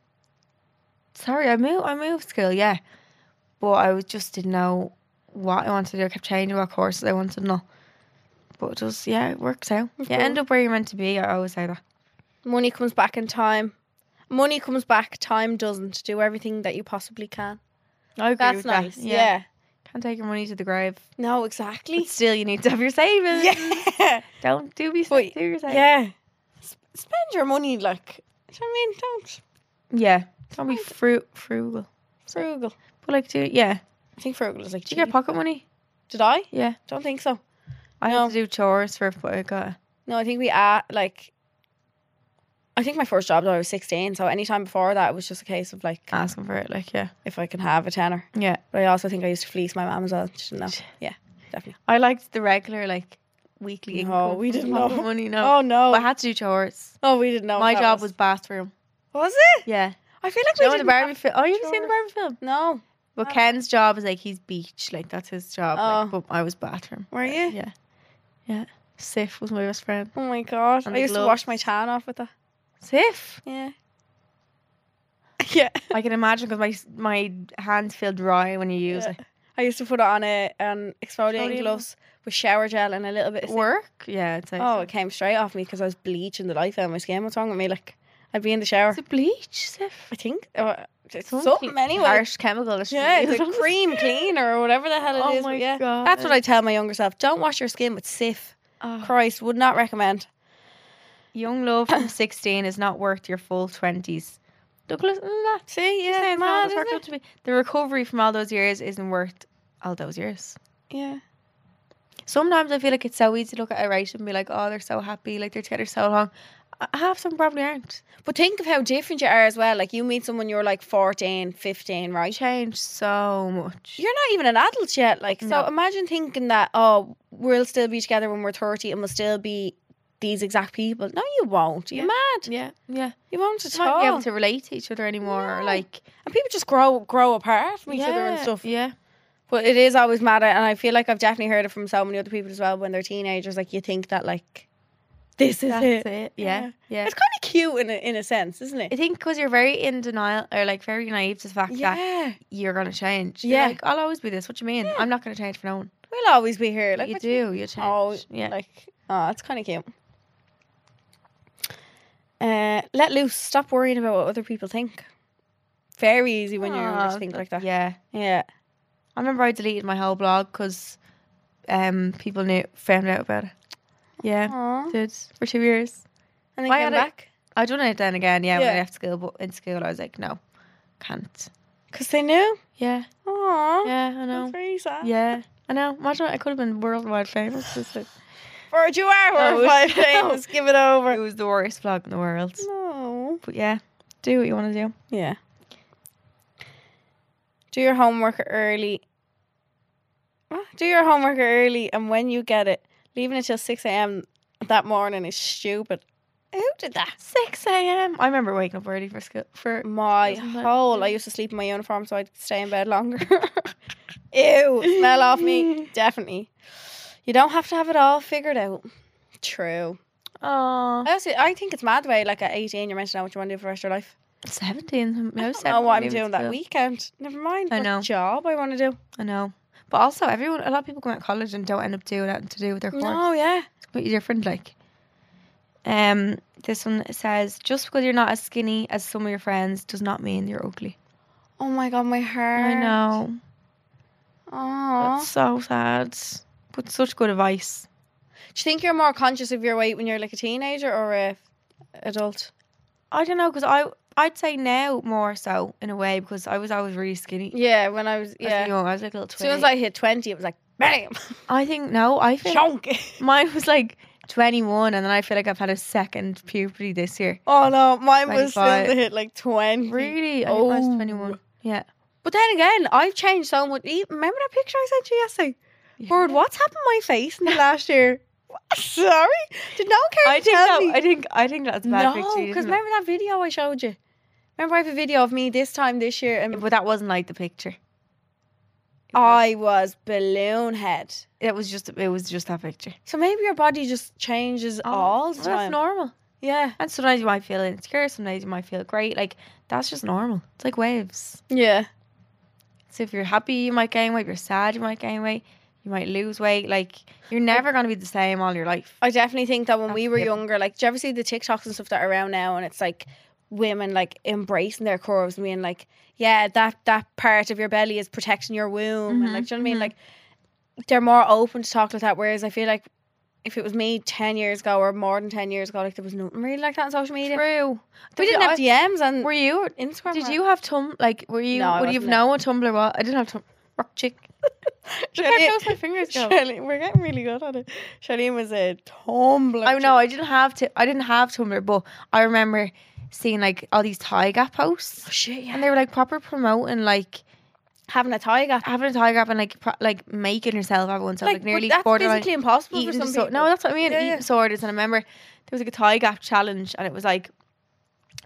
sorry, I moved. I moved school, yeah, but I was just didn't know what I wanted to do. I kept changing what courses I wanted, and all. But it just yeah, it works out. Of You end up where you're meant to be. I always say that. Money comes back in time. Money comes back, time doesn't. Do everything that you possibly can. I agree That's with nice. That. Yeah. can't take your money to the grave. No, But exactly. still, you need to have your savings. Yeah. Don't do be But- do your savings. yeah. S- spend your money like, do you know what I mean? Don't. yeah. Don't be fru- frugal. Frugal. But like, do yeah. I think frugal is like, Did you get pocket money? Did I? Yeah. Don't think so. I No. had to do chores for it, but I got. it. No, I think we are like, I think my first job though, I was 16. So any time before that, it was just a case of like, asking for it. Like yeah, if I can have a tenner. yeah. But I also think I used to fleece my mum as well. She didn't know. Yeah, definitely. I liked the regular like weekly income. No, we from didn't pocket know. money. No, Oh, no. But I had to do chores. Oh, we didn't know. My what that job was. bathroom. was it? Yeah, I feel like do you we know did the Barbie film? Oh, you haven't seen the chores. Barbie film? No, But Ken's job is like he's beach, like that's his job. Like, Oh. Eh. but I was bathroom. Were you? Yeah, yeah. Sif was my best friend. Oh my god! I And the used to wash my tan off with that. Sif. Yeah. Yeah. I can imagine because my s- my hands feel dry when you use Yeah. it. I used to put it on a an exfoliating Exfoliating. gloves with shower gel and a little bit of Sif. Work. Yeah, it's like Oh, it came straight off me because I was bleaching the life out of my skin. What's wrong with me? Like, I'd be in the shower. Is it bleach, Sif? I think. Uh, it's Some something cle- anyway. Harsh chemical. that she Yeah, it's a uses. cream cleaner or whatever the hell it is. Oh but my yeah. god. That's what I tell my younger self. Don't wash your skin with Sif. Oh. Christ, would not recommend. Young love from 16 is not worth your full 20s. Douglas, that See, yeah, sounds mad, not isn't worked it? up to be. The recovery from all those years isn't worth all those years. Yeah. Sometimes I feel like it's so easy to look at a race and be like, oh, they're so happy, like they're together so long. Uh, Half of them probably aren't. But think of how different you are as well. Like, you meet someone, you're like 14, 15, They right? change so much. You're not even an adult yet. Like, No. so imagine thinking that, oh, we'll still be together when we're 30 and we'll still be these exact people. No, you won't. You're Yeah. mad. yeah, yeah. You won't at You might be all. able to relate to each other anymore. or No. Like And people just grow grow apart from each other and Yeah, stuff. Yeah, But it is always matter, and I feel like I've definitely heard it from so many other people as well. When they're teenagers, like you think that like this is that's it. it. Yeah, yeah. It's kind of cute in a, in a sense, isn't I it? think because you're very in denial or like very naive to the fact that Yeah, you're gonna change. You're Yeah. like, I'll always be this. What do you mean? I'm not gonna change for no one. we'll always be here. Like you what do, do you- you change. Oh, yeah. like oh, it's kind of cute. Uh, let loose. Stop worrying about what other people think. Very easy when you're younger Aw, to think like that. Yeah, Ah, Yeah. yeah. I remember I deleted my whole blog because um people knew found out about it. Yeah. Aw. Did for two years. And then Why came had I- back I done it then again, yeah, when I Yeah. left school but in school I was like, No, can't. because they knew. Yeah, Aww. yeah, I Oh, That's know. very sad. Yeah. I know. Imagine I could have been worldwide famous. Just like- For you are No, worth five no. names. Give it over. It was the worst vlog in the world. No. But yeah, do what you want to do. Yeah. Do your homework early. What? Do your homework early, and when you get it, leaving it till six a.m. that morning is stupid. Who did that? Six AM. I remember waking up early for school for My Isn't that- whole. I used to sleep in my uniform, so I'd stay in bed longer. Ew! Smell off me. Definitely. You don't have to have it all figured out. True. Oh, I also, I think it's mad the way like at eighteen you're meant to know what you want to do for the rest of your life. 17. I I was don't know what 17 I'm was doing that cool. weekend. Never mind I what know. job I want to do. I know. But also, everyone, a lot of people go out of college and don't end up doing that to do with their course. No, yeah. It's completely different. Like, um, this one says, just because you're not as skinny as some of your friends does not mean you're ugly. Oh my god, my hair. I know. Oh. That's so sad. But such good advice. Do you think you're more conscious of your weight when you're like a teenager or a adult? I don't know because I I'd say now more so in a way because I was always really skinny. Yeah, when I was As a yeah. young, I was like a little As soon twig. as I hit twenty, it was like bam, I think no, I think chunky. mine was like 21, and then I feel like I've had a second puberty this year. Oh no, mine was soon 25. to hit like twenty. Really? I think I was Oh. 21. Yeah. But then again, I've changed so much. E- Remember that picture I sent you yesterday? Yeah. Bird, what's happened to my face in the last year? Sorry, did no one care I to think tell that, me? I think I think that's a bad no, picture. because isn't remember that video I showed you? Remember I have a video of me this time this year it? and but that wasn't like the picture. I was balloon head. It was just it was just that picture. So maybe your body just changes all the Oh, Well, That's time. normal. yeah. And sometimes you might feel insecure. Sometimes you might feel great. Like that's just normal. It's like waves. Yeah. So if you're happy, you might gain weight. If you're sad, you might gain weight. You might lose weight. Like you're never gonna be the same all your life. I definitely think that when we That's were it. younger, like, do you ever see the TikToks and stuff that are around now and it's like women like embracing their curves and being like, yeah, that that part of your belly is protecting your womb. And like, do you know what I mean? Mm-hmm. Like, they're more open to talk like that. Whereas I feel like if it was me 10 years ago or more than 10 years ago, like, there was nothing really like that on social media. True. We didn't have DMs and Were you? Instagram. Did or- you have tum? Like were you? No, I would you have wasn't known what Tumblr was? I didn't have tum. Rock chick. Look how Shirley- close my fingers go. Shirley, we're getting really good at it. Charlene was a Tumblr. I know I didn't have to. I didn't have Tumblr, but I remember seeing like all these tie gap posts, shit, yeah. and they were like proper promoting like having a tiger. having a tie gap and like pro- like making herself everyone so like, but nearly that's borderline physically impossible for eating some disorder. people. No, that's what I mean. Yeah, eating yeah. disorders, and I remember there was like a tie gap challenge, and it was like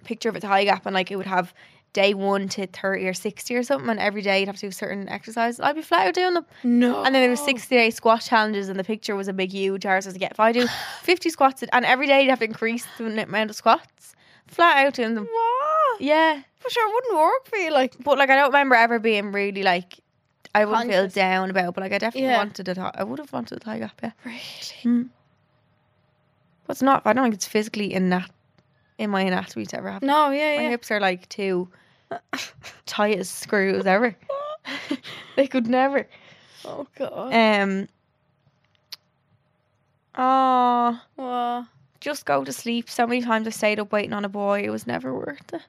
picture of a tie gap, and like it would have day one to 30 or 60 or something, and every day you'd have to do certain exercises. I'd be flat out doing them. No. And then there was 60 day squat challenges, and the picture was a big U. Jars was to get, if I do 50 squats, and every day you'd have to increase the n- amount of squats. Flat out doing them. What? Yeah. For sure, it wouldn't work for you. Like, But like, I don't remember ever being really like, I wouldn't Conscious. feel down about it, but like, I definitely Yeah. wanted a high, I would have wanted a high gap, yeah. Mm. really? But it's not, I don't think it's physically in that, in my anatomy to ever have No, yeah, My yeah. hips are like too tight as screws ever. they could never. Oh, God. Um. Oh, Wow. just go to sleep. So many times I stayed up waiting on a boy. It was never worth it.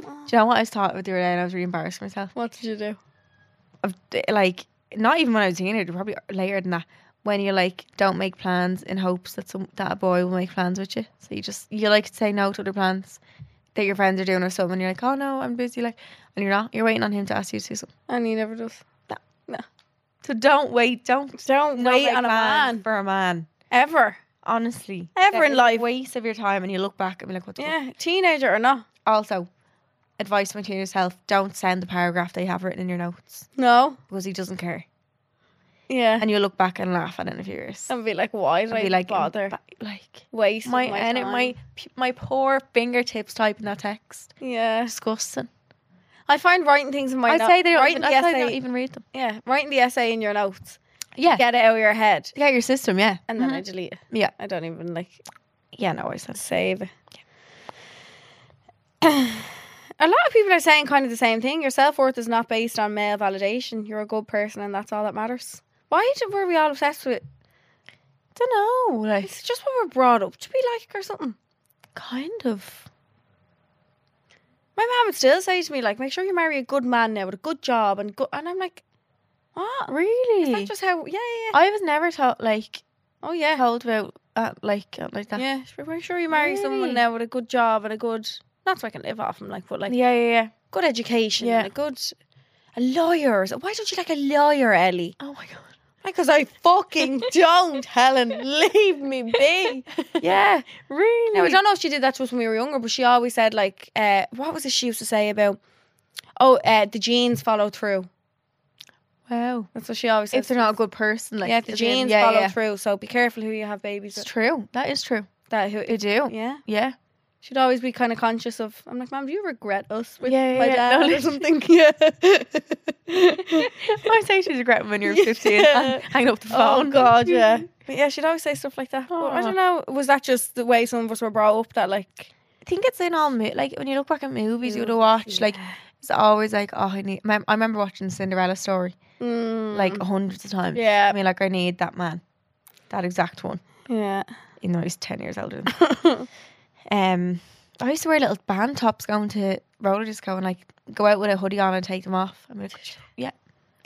Do you know what I was taught the other day? And I was really embarrassed for myself. What did you do? Of d- like, not even when I was younger. Probably later than that. When you're like, don't make plans in hopes that some that a boy will make plans with you. So you just you like to say no to other plans that your friends are doing or something. And you're like, oh no, I'm busy. Like, and you're not. You're waiting on him to ask you to do something. And he never does. So don't wait. Don't Don't don't wait make on a plans man. for a man. Ever. Honestly, Ever That in is life. a waste of your time, and you look back and be like, "What?" The fuck? Yeah. Teenager or not. Also, advice to maintain yourself. Don't send the paragraph they have written in your notes No. because he doesn't care, Yeah. and you look back and laugh at it in a few years. And be like, why did And I be like bother? "Ba- Like Waste my, my and it, time. my p- my poor fingertips typing that text. Yeah. Disgusting. I find writing things in my I'd notes. say they don't. writing Even, the I'd say they essay. don't even read them. yeah, writing the essay in your notes. Yeah. Get it out of your head, Yeah, your system. Yeah. and then Mhm. I delete it. Yeah. I don't even like Yeah. No, I said. save. it. a lot of people are saying kind of the same thing. Your self worth is not based on male validation. You're a good person, and that's all that matters. Why did, were we all obsessed with? Don't know. Like It's just what we're brought up to be like, or something. kind of. My mom would still say to me, like, make sure you marry a good man now with a good job and good. And I'm like, what? Really? Is that just how? Yeah, yeah. yeah. I was never taught like Oh yeah. told about uh, like uh, like that. Yeah, sure- make sure you marry someone Really? now with a good job and a good, not so I can live off them, like, but like yeah, yeah. yeah. good education Yeah. and a good, a lawyer. So Why don't you like a lawyer, Ellie? Oh my god. Because I fucking don't, Helen. Leave me be. Yeah. Really? Now, I don't know if she did that to us when we were younger, but she always said, like, uh, what was it she used to say about, oh, uh, the genes follow through. Wow. That's what she always says. If they're not a good person, like yeah, if the as in- genes yeah, follow yeah. through. So be careful who you have babies It's with. true. That is true. That who, They do. Yeah. yeah. Yeah. She'd always be kind of conscious of. I'm like, Mom, do you regret us with Yeah, yeah, my yeah. dad No, or something? Yeah. I say she's regretting when you're 15 Yeah. and hanging up the oh phone. God, yeah. But yeah, she'd always say stuff like that. But I Aw. don't know. Was that just the way some of us were brought up? That like, I think it's in all mo- like when you look back at movies you would have Movies, watched like it's always like oh I need. I remember watching Cinderella story mm, like hundreds of times. I yeah, mean like I need that man, that exact one. yeah. even though he's 10 years older than me. um, I used to wear little band tops going to roller disco and like go out with a hoodie on and take them off. I'm like, yeah,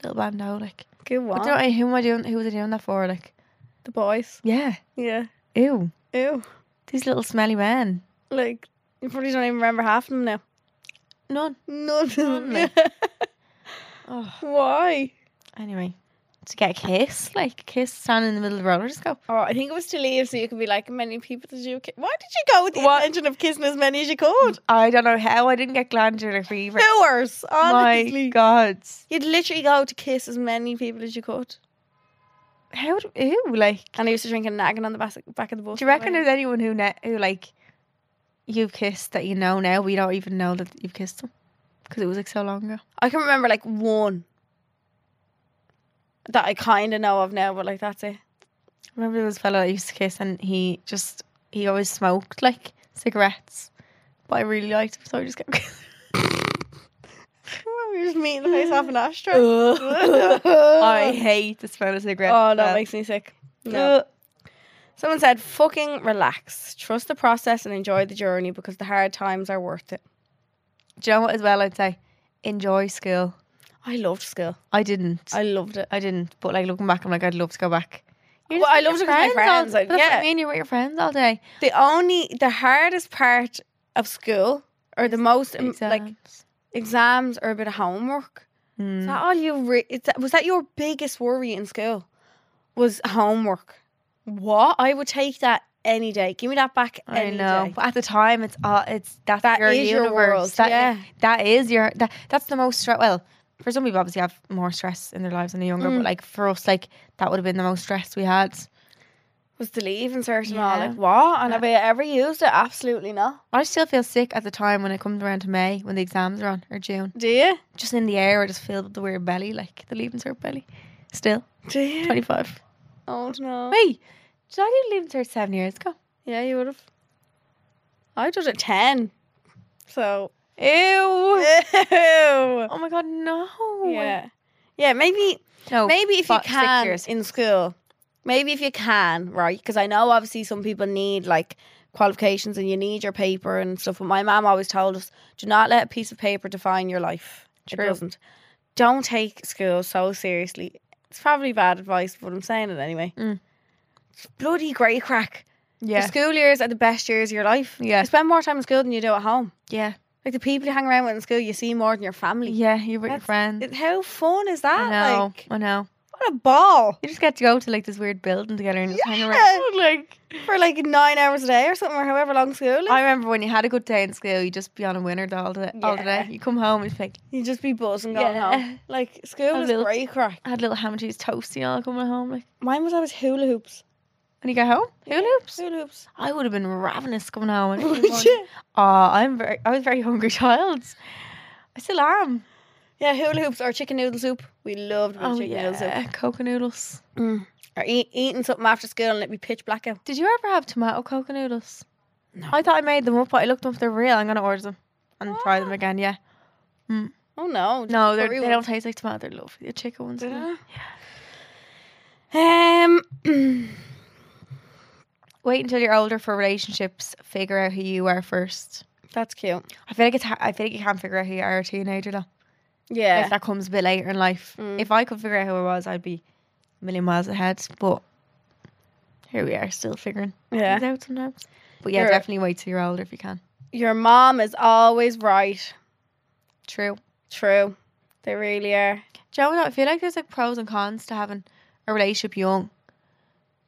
little bandeau. Like, Good but one. don't I, who am I doing? Who was I doing that for? Like, the boys. yeah, Yeah. ew, Ew. these little smelly men. Like you probably don't even remember half of them now. None. None of them. None, like- Oh, Why? anyway, to get a kiss, like a kiss standing in the middle of the roller disco. Oh, I think it was to leave so you could be like many people did you. Ki- Why did you go with the What? intention of kissing as many as you could? I don't know how I didn't get glandular fever. Hours, honestly. My God, You'd literally go to kiss as many people as you could. how? Do, ew, like. And I used to drink and nagging on the bas- back of the bus. Do you reckon there's anyone who ne- who like you've kissed that you know now we don't even know that you've kissed them because it was like so long ago? I can remember like one that I kind of know of now, but like that's it. I remember there was a fellow I used to kiss and he just he always smoked like cigarettes, but I really liked him so I just kept. kissing We were just meeting the face off an ashtray. him. I oh, hate the smell of cigarettes. that man. makes me sick. No. Someone said, fucking relax. Trust the process and enjoy the journey because the hard times are worth it. Do you know what? As well, I'd say enjoy school. I loved school. I didn't. I, I loved it. didn't. But like looking back, I'm like I'd love to go back. You're Well, just I with loved it your 'cause my all- friends, like, that's what yeah. I mean, you're with your friends all day. The only, the hardest part of school or the most um, like Exams. exams or a bit of homework Is Mm. that all you? Re- is that, was that your biggest worry in school? Was homework? What I would take that any day. Give me that back. I any know. day. But at the time, it's all it's that's That your is your universe. world, That, yeah. that is your that, that's the most stress. Well, for some people, obviously, have more stress in their lives than they're younger. Mm. But like for us, like that would have been the most stress we had. Was the leave insert and all Yeah. like what? And have I ever used it? Absolutely not. I still feel sick at the time when it comes around to May when the exams are on or June. Do you? Just in the air, I just feel the weird belly, like the leaving cert belly. Still Do you? twenty five. Oh no. Wait, did I do leaving cert seven years ago? Yeah, you would have. I did at ten. So. Ew. Ew. Oh my god, no. Yeah. Yeah, maybe No. maybe if fi- you six can years. in school, maybe if you can, right? Because I know obviously some people need like qualifications and you need your paper and stuff. But my mum always told us, do not let a piece of paper define your life. True. It doesn't. Don't take school so seriously. It's probably bad advice, but I'm saying it anyway. Mm. It's bloody grey crack. Yeah. Your school years are the best years of your life. Yeah. You spend more time in school than you do at home. Yeah. Like the people you hang around with in school, you see more than your family. Yeah. You're with your That's- friends. It- How fun is that? I know. Like, I know. what a ball. You just get to go to like this weird building together and just hang Yeah. around. Like for like nine hours a day or something, or however long school is. I remember when you had a good day in school, you'd just be on a winner all the all the Yeah. day. You come home and it's like you just be buzzing going Yeah. home. Like school A is little- great crack. I had little ham and cheese toast, you know, coming home like Mine was always hula hoops. and you go home. Who loops? Hula hoops. I would have been ravenous coming home. and- yeah. Oh, I'm very I was a very hungry child. I still am. yeah, hula hoops or chicken noodle soup. We loved a Oh, bit of chicken noodle soup. Coca noodles. Mm. Or eat, eating something after school and it'd be pitch black out. Did you ever have tomato coca noodles? No. I thought I made them up, but I looked them up. They're real. I'm gonna order them and try them Ah. again. Yeah. Oh no. just No, the they're, curry they ones. don't taste like tomato. They're lovely. The chicken ones. yeah. Um. Wait until you're older for relationships. Figure out who you are first. That's cute. I feel like it's. Ha- I feel like you can't figure out who you are a teenager though. Yeah. Like that comes a bit later in life. Mm. If I could figure out who I was, I'd be a million miles ahead. But here we are, still figuring Yeah. things out sometimes. But yeah, You're- definitely wait till you're older if you can. Your mom is always right. True. True. They really are. Joe, I feel like there's like pros and cons to having a relationship young.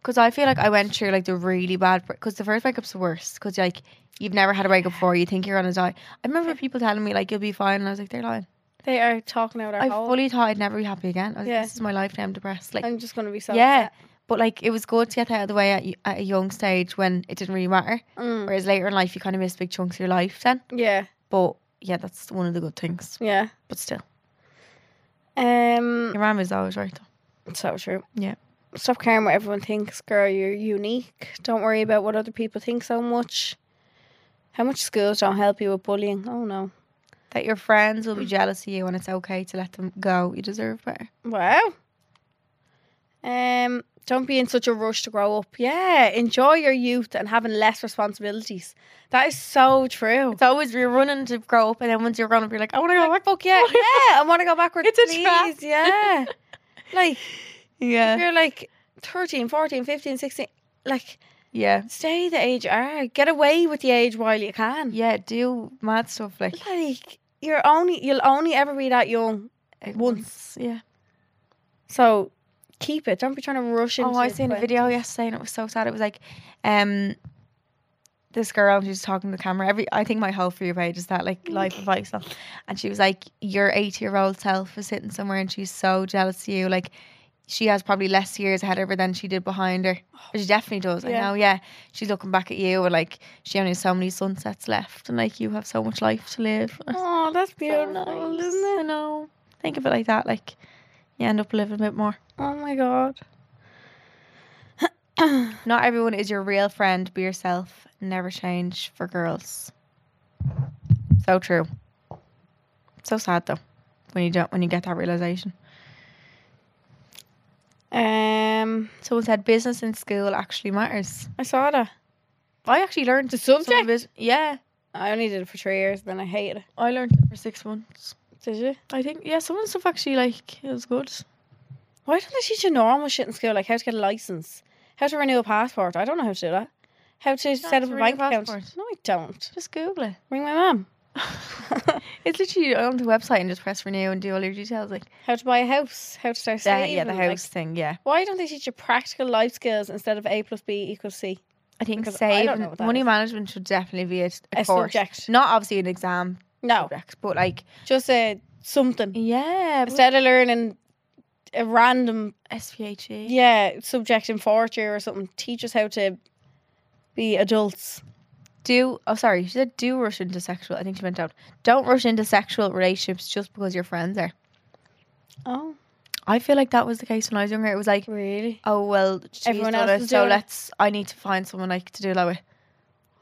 Because I feel like I went through like the really bad. Because the first breakup's the worst. Because like you've never had a breakup before. You think you're on a die. I remember people telling me like you'll be fine, and I was like they're lying. They are talking out our I whole. fully thought I'd never be happy again. I was Yeah. like, this is my life now. I'm depressed. Like, I'm just gonna be so. yeah. But like, it was good to get that out of the way at, y- at a young stage when it didn't really matter. upset. Mm. Whereas later in life, you kind of miss big chunks of your life then. Yeah. But yeah, that's one of the good things. Yeah. But still, Um. your mum is always right though. So true. Yeah. Um, Stop caring what everyone thinks, girl. You're unique. Don't worry about what other people think so much. How much schools don't help you with bullying? Oh no. That your friends will be jealous of you and it's okay to let them go. You deserve better. Wow. Um. Don't be in such a rush to grow up. Yeah. Enjoy your youth and having less responsibilities. That is so true. It's always you're running to grow up, and then once you're grown up, you're like, I want to go back. Fuck yeah. Yeah. I want to go backwards. It's a please. trap. Yeah. Like if Yeah, you're like 13, 14, 15, 16, like yeah, Stay the age you are. Get away with the age while you can. yeah. Do mad stuff like Like you're only you'll only ever be that young. Once. Yeah. So keep it. Don't be trying to rush into Oh, I it, seen a but- video yesterday and it was so sad. It was like, um, this girl she was talking to the camera. Every I think my whole for your page is that like life advice stuff, and she was like, your eighty year old self is sitting somewhere and she's so jealous of you. Like, she has probably less years ahead of her than she did behind her. Or she definitely does. Yeah. I know. Yeah, she's looking back at you and like she only has so many sunsets left, and like you have so much life to live. Oh, that's So beautiful, nice. isn't I it? know. Think of it like that. Like, you end up living a bit more. Oh my god. Not everyone is your real friend. Be yourself. Never change for girls. So true. So sad though, when you don't when you get that realization. Um, Someone said business in school actually matters. I saw that. I actually learned The some of subject? it- Yeah, I only did it for three years, then I hated it. I learned it for six months. Did you? I think yeah, some of the stuff actually like it was good. Why don't they teach you normal shit in school, like how to get a license, how to renew a passport? I don't know how to do that. How to set up to a renew bank a account? passport. No, I don't. Just Google it. Ring my mum. it's literally on the website and just press renew and do all your details like How to buy a house? How to start that. saving? Yeah, the like, house thing. Yeah, Why don't they teach you practical life skills instead of A plus B equals C? I think Because I don't save know and what that money is. management should definitely be a, a A course. subject. Not obviously an exam No, subject, but like just a something yeah, but instead of learning a random SPHE. yeah subject in fourth year or something. Teach us how to be adults. Do oh sorry, she said do rush into sexual. I think she meant don't. Don't rush into sexual relationships just because your friends are. Oh, I feel like that was the case when I was younger. It was like really? oh well, she's Everyone done else it, is so doing it. let's. I need to find someone like to do that with.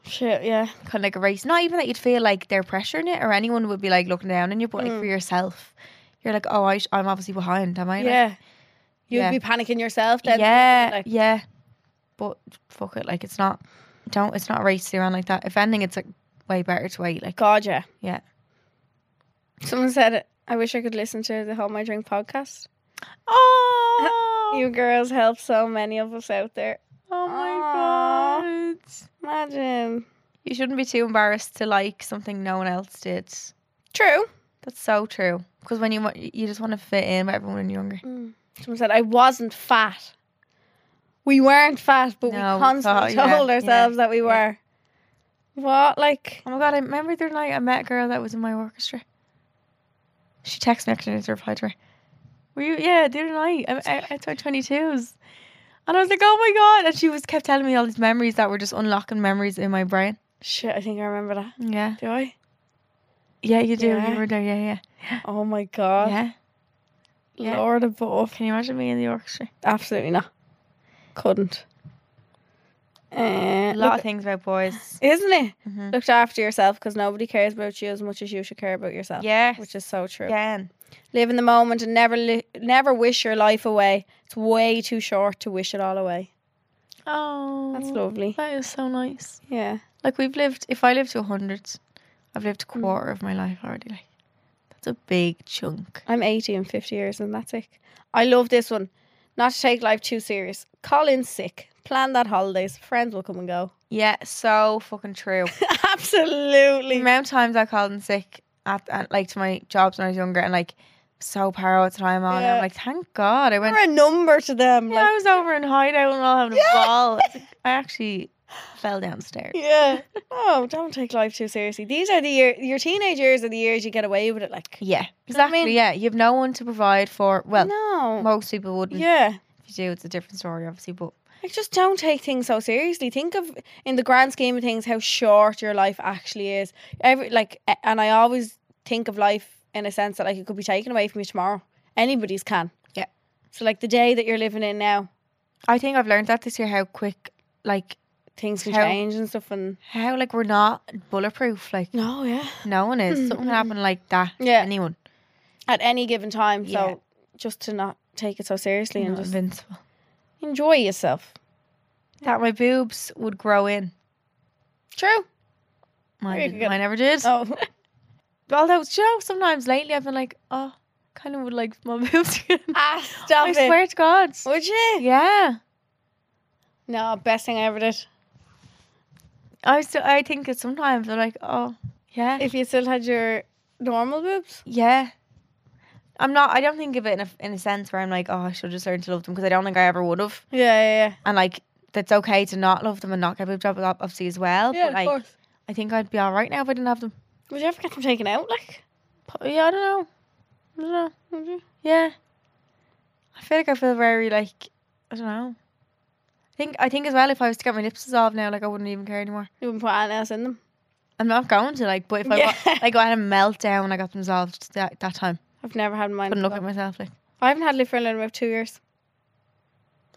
Shit, yeah. kind of like a race. Not even that you'd feel like they're pressuring it or anyone would be like looking down on you, but like for yourself, you're like, oh, I sh- I'm obviously behind, am I? Like, Yeah. You'd Yeah. be panicking yourself then. yeah, like- yeah. But fuck it, like it's not. Don't. It's not a race to be around like that. If anything, it's like way better to wait. Like God, yeah. Yeah. Someone said, I wish I could listen to the Hold My Drink podcast. oh, You girls help so many of us out there. oh my Aw. god. Imagine. You shouldn't be too embarrassed to like something no one else did. True. That's so true. Because when you want, you just want to fit in with everyone when you're younger. Someone said, I wasn't fat. We weren't fat, but we No, we constantly thought- yeah, told ourselves that we were. What? Like, Oh my god, I remember the night I met a girl that was in my orchestra. She texted me actually I need to reply to her. Were you yeah, the other night. I I, I took twenty twos. And I was like, oh my god. And she was kept telling me all these memories that were just unlocking memories in my brain. shit, I think I remember that. Yeah. Do I? Yeah, you do. Yeah. You were there, yeah, Oh my yeah. God. Yeah. yeah. Lord above. Can you imagine me in the orchestra? Absolutely not. Couldn't. Uh, A lot look- of things about boys. isn't it? Mhm. Looked after yourself because nobody cares about you as much as you should care about yourself. Yes. Which is so true. Again. Live in the moment and never li- never wish your life away. It's way too short to wish it all away. Oh That's lovely. That is so nice. Yeah. Like we've lived if I lived to hundred, I've lived a quarter of my life already, like that's a big chunk. I'm 80 in 50 years and that's it. I love this one. Not to take life too serious. Call in sick. Plan that holidays. Friends will come and go. Yeah, so fucking true. the Absolutely. amount of times I called in sick at, at like to my jobs when I was younger and like so power at the time on. Yeah. I'm like, thank God I went. We're a number to them. Yeah, I was over in hideout and all having Yeah. a ball. I was like, I actually fell downstairs. Like, yeah. Oh, don't take life too seriously. These are the year, your teenage years are the years you get away with it. Like, Yeah, know what I exactly. mean? Yeah, you have no one to provide for. Well, no. most people wouldn't. Yeah. If you do, it's a different story, obviously. But Like, just don't take things so seriously. Think of, in the grand scheme of things, how short your life actually is. Every like, a- and I always think of life in a sense that like it could be taken away from you tomorrow. Anybody's can. Yeah. So like the day that you're living in now, I think I've learned that this year how quick, like things can How- change and stuff. And how like we're not bulletproof. Like no, yeah, no one is. Something can happen like that. to Hmm. Yeah. anyone. at any given time. Yeah. So just to not take it so seriously You're and not just invincible. enjoy yourself. that my boobs would grow in. True. Mine, Very didn't. good. mine never did. Oh, Although, do you know, sometimes lately I've been like, oh, kind of would like my boobs again. ah, stop I it. swear to God. Would you? Yeah. No, best thing I ever did. I still, I think that sometimes I'm like, oh, yeah. If you still had your normal boobs. yeah. I'm not, I don't think of it in a, in a sense where I'm like, oh, I should just learn to love them because I don't think I ever would have. Yeah, yeah, yeah. And like, that's okay to not love them and not get boob job obviously as well. Yeah, but of like, course. I think I'd be all right now if I didn't have them. Would you ever get them taken out? Like, But, yeah, I don't know. I don't know. would you? Yeah. I feel like I feel very like I don't know. I think I think as well if I was to get my lips dissolved now, like I wouldn't even care anymore. You wouldn't put anything else in them. I'm not going to like, but if I Yeah. got, like I had a meltdown when I got them dissolved that, that time. I've never had mine. Couldn't look at dissolved. myself like I haven't had lip filler in about two years.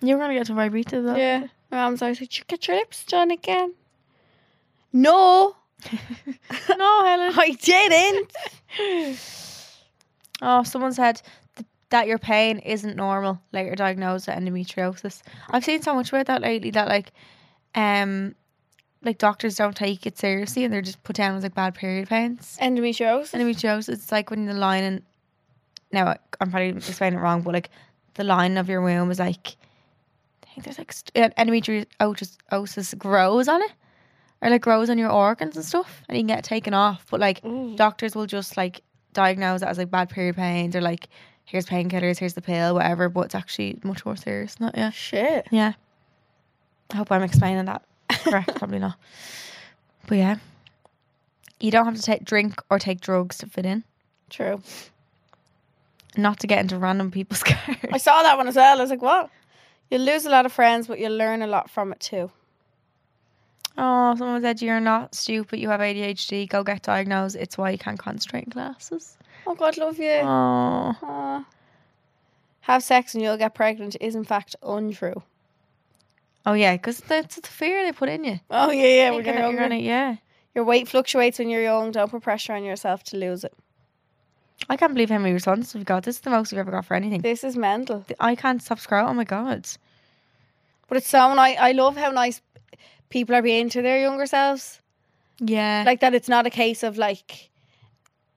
you were gonna get to my beat though. Yeah. My mum's always like, "You get your lips done again. No, no, Helen. I didn't. Oh, someone said th- that your pain isn't normal. Later diagnosed with endometriosis. I've seen so much about that lately that like, um, like doctors don't take it seriously and they're just put down as like bad period pains. Endometriosis. endometriosis it's like when the lining now I'm probably explaining it wrong but like the line of your womb is like I think there's like st- endometriosis grows on it or like grows on your organs and stuff and you can get it taken off but like doctors will just like diagnose it as like bad period pains or like here's painkillers here's the pill Oh, whatever but it's actually much more serious not yeah Shit. yeah I hope I'm explaining that Correct, probably not. But yeah, you don't have to take drink or take drugs to fit in. True. Not to get into random people's cars. I saw that one as well. I was like, what? You'll lose a lot of friends, but you'll learn a lot from it too. Oh, someone said you're not stupid. You have ADHD. Go get diagnosed. It's why you can't concentrate in classes. Oh, God, love you. Oh, Aw. Have sex and you'll get pregnant is in fact untrue. oh yeah, because that's the fear they put in you. Oh yeah, yeah. When Thinking you're that younger. you're gonna, yeah. Your weight fluctuates when you're young. Don't put pressure on yourself to lose it. I can't believe how many responses we've got. This is the most we've ever got for anything. This is mental. I can't stop scrolling. Oh my god. But it's so nice. I love how nice people are being to their younger selves. Yeah. Like that. It's not a case of like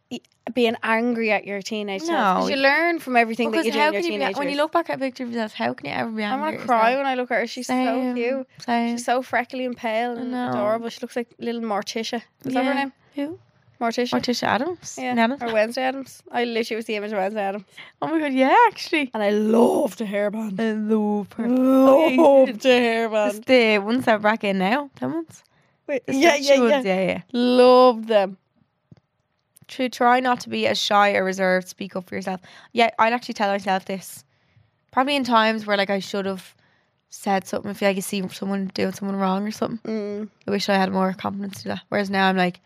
y- being angry at your teenage self. 'Cause No. You learn from everything that because you do how in your can you teenage be, when you look back at a picture of yourself? How can you ever be I angry? want to at cry yourself? when I look at her. She's so Same, cute. Same. She's so freckly and pale and know. adorable. She looks like little Morticia. Is that her Yeah. name? Who? Morticia. Morticia Adams. Yeah. Nana? Or Wednesday Adams. I literally was the image of Wednesday Adams. Oh my god. Yeah, actually. And I loved a hairband. I love her. Loved a It's hairband. Oh, the ones that are back in now. Them ones. Wait, The yeah, yeah, stitchy yeah. ones, yeah, yeah. Love them. True. Try not to be as shy or reserved. Speak up for yourself. Yeah, I'd actually tell myself this. Probably in times where like I should have said something. If like you see someone doing someone wrong or something, Mm. I wish I had more confidence to do that. Whereas now I'm like,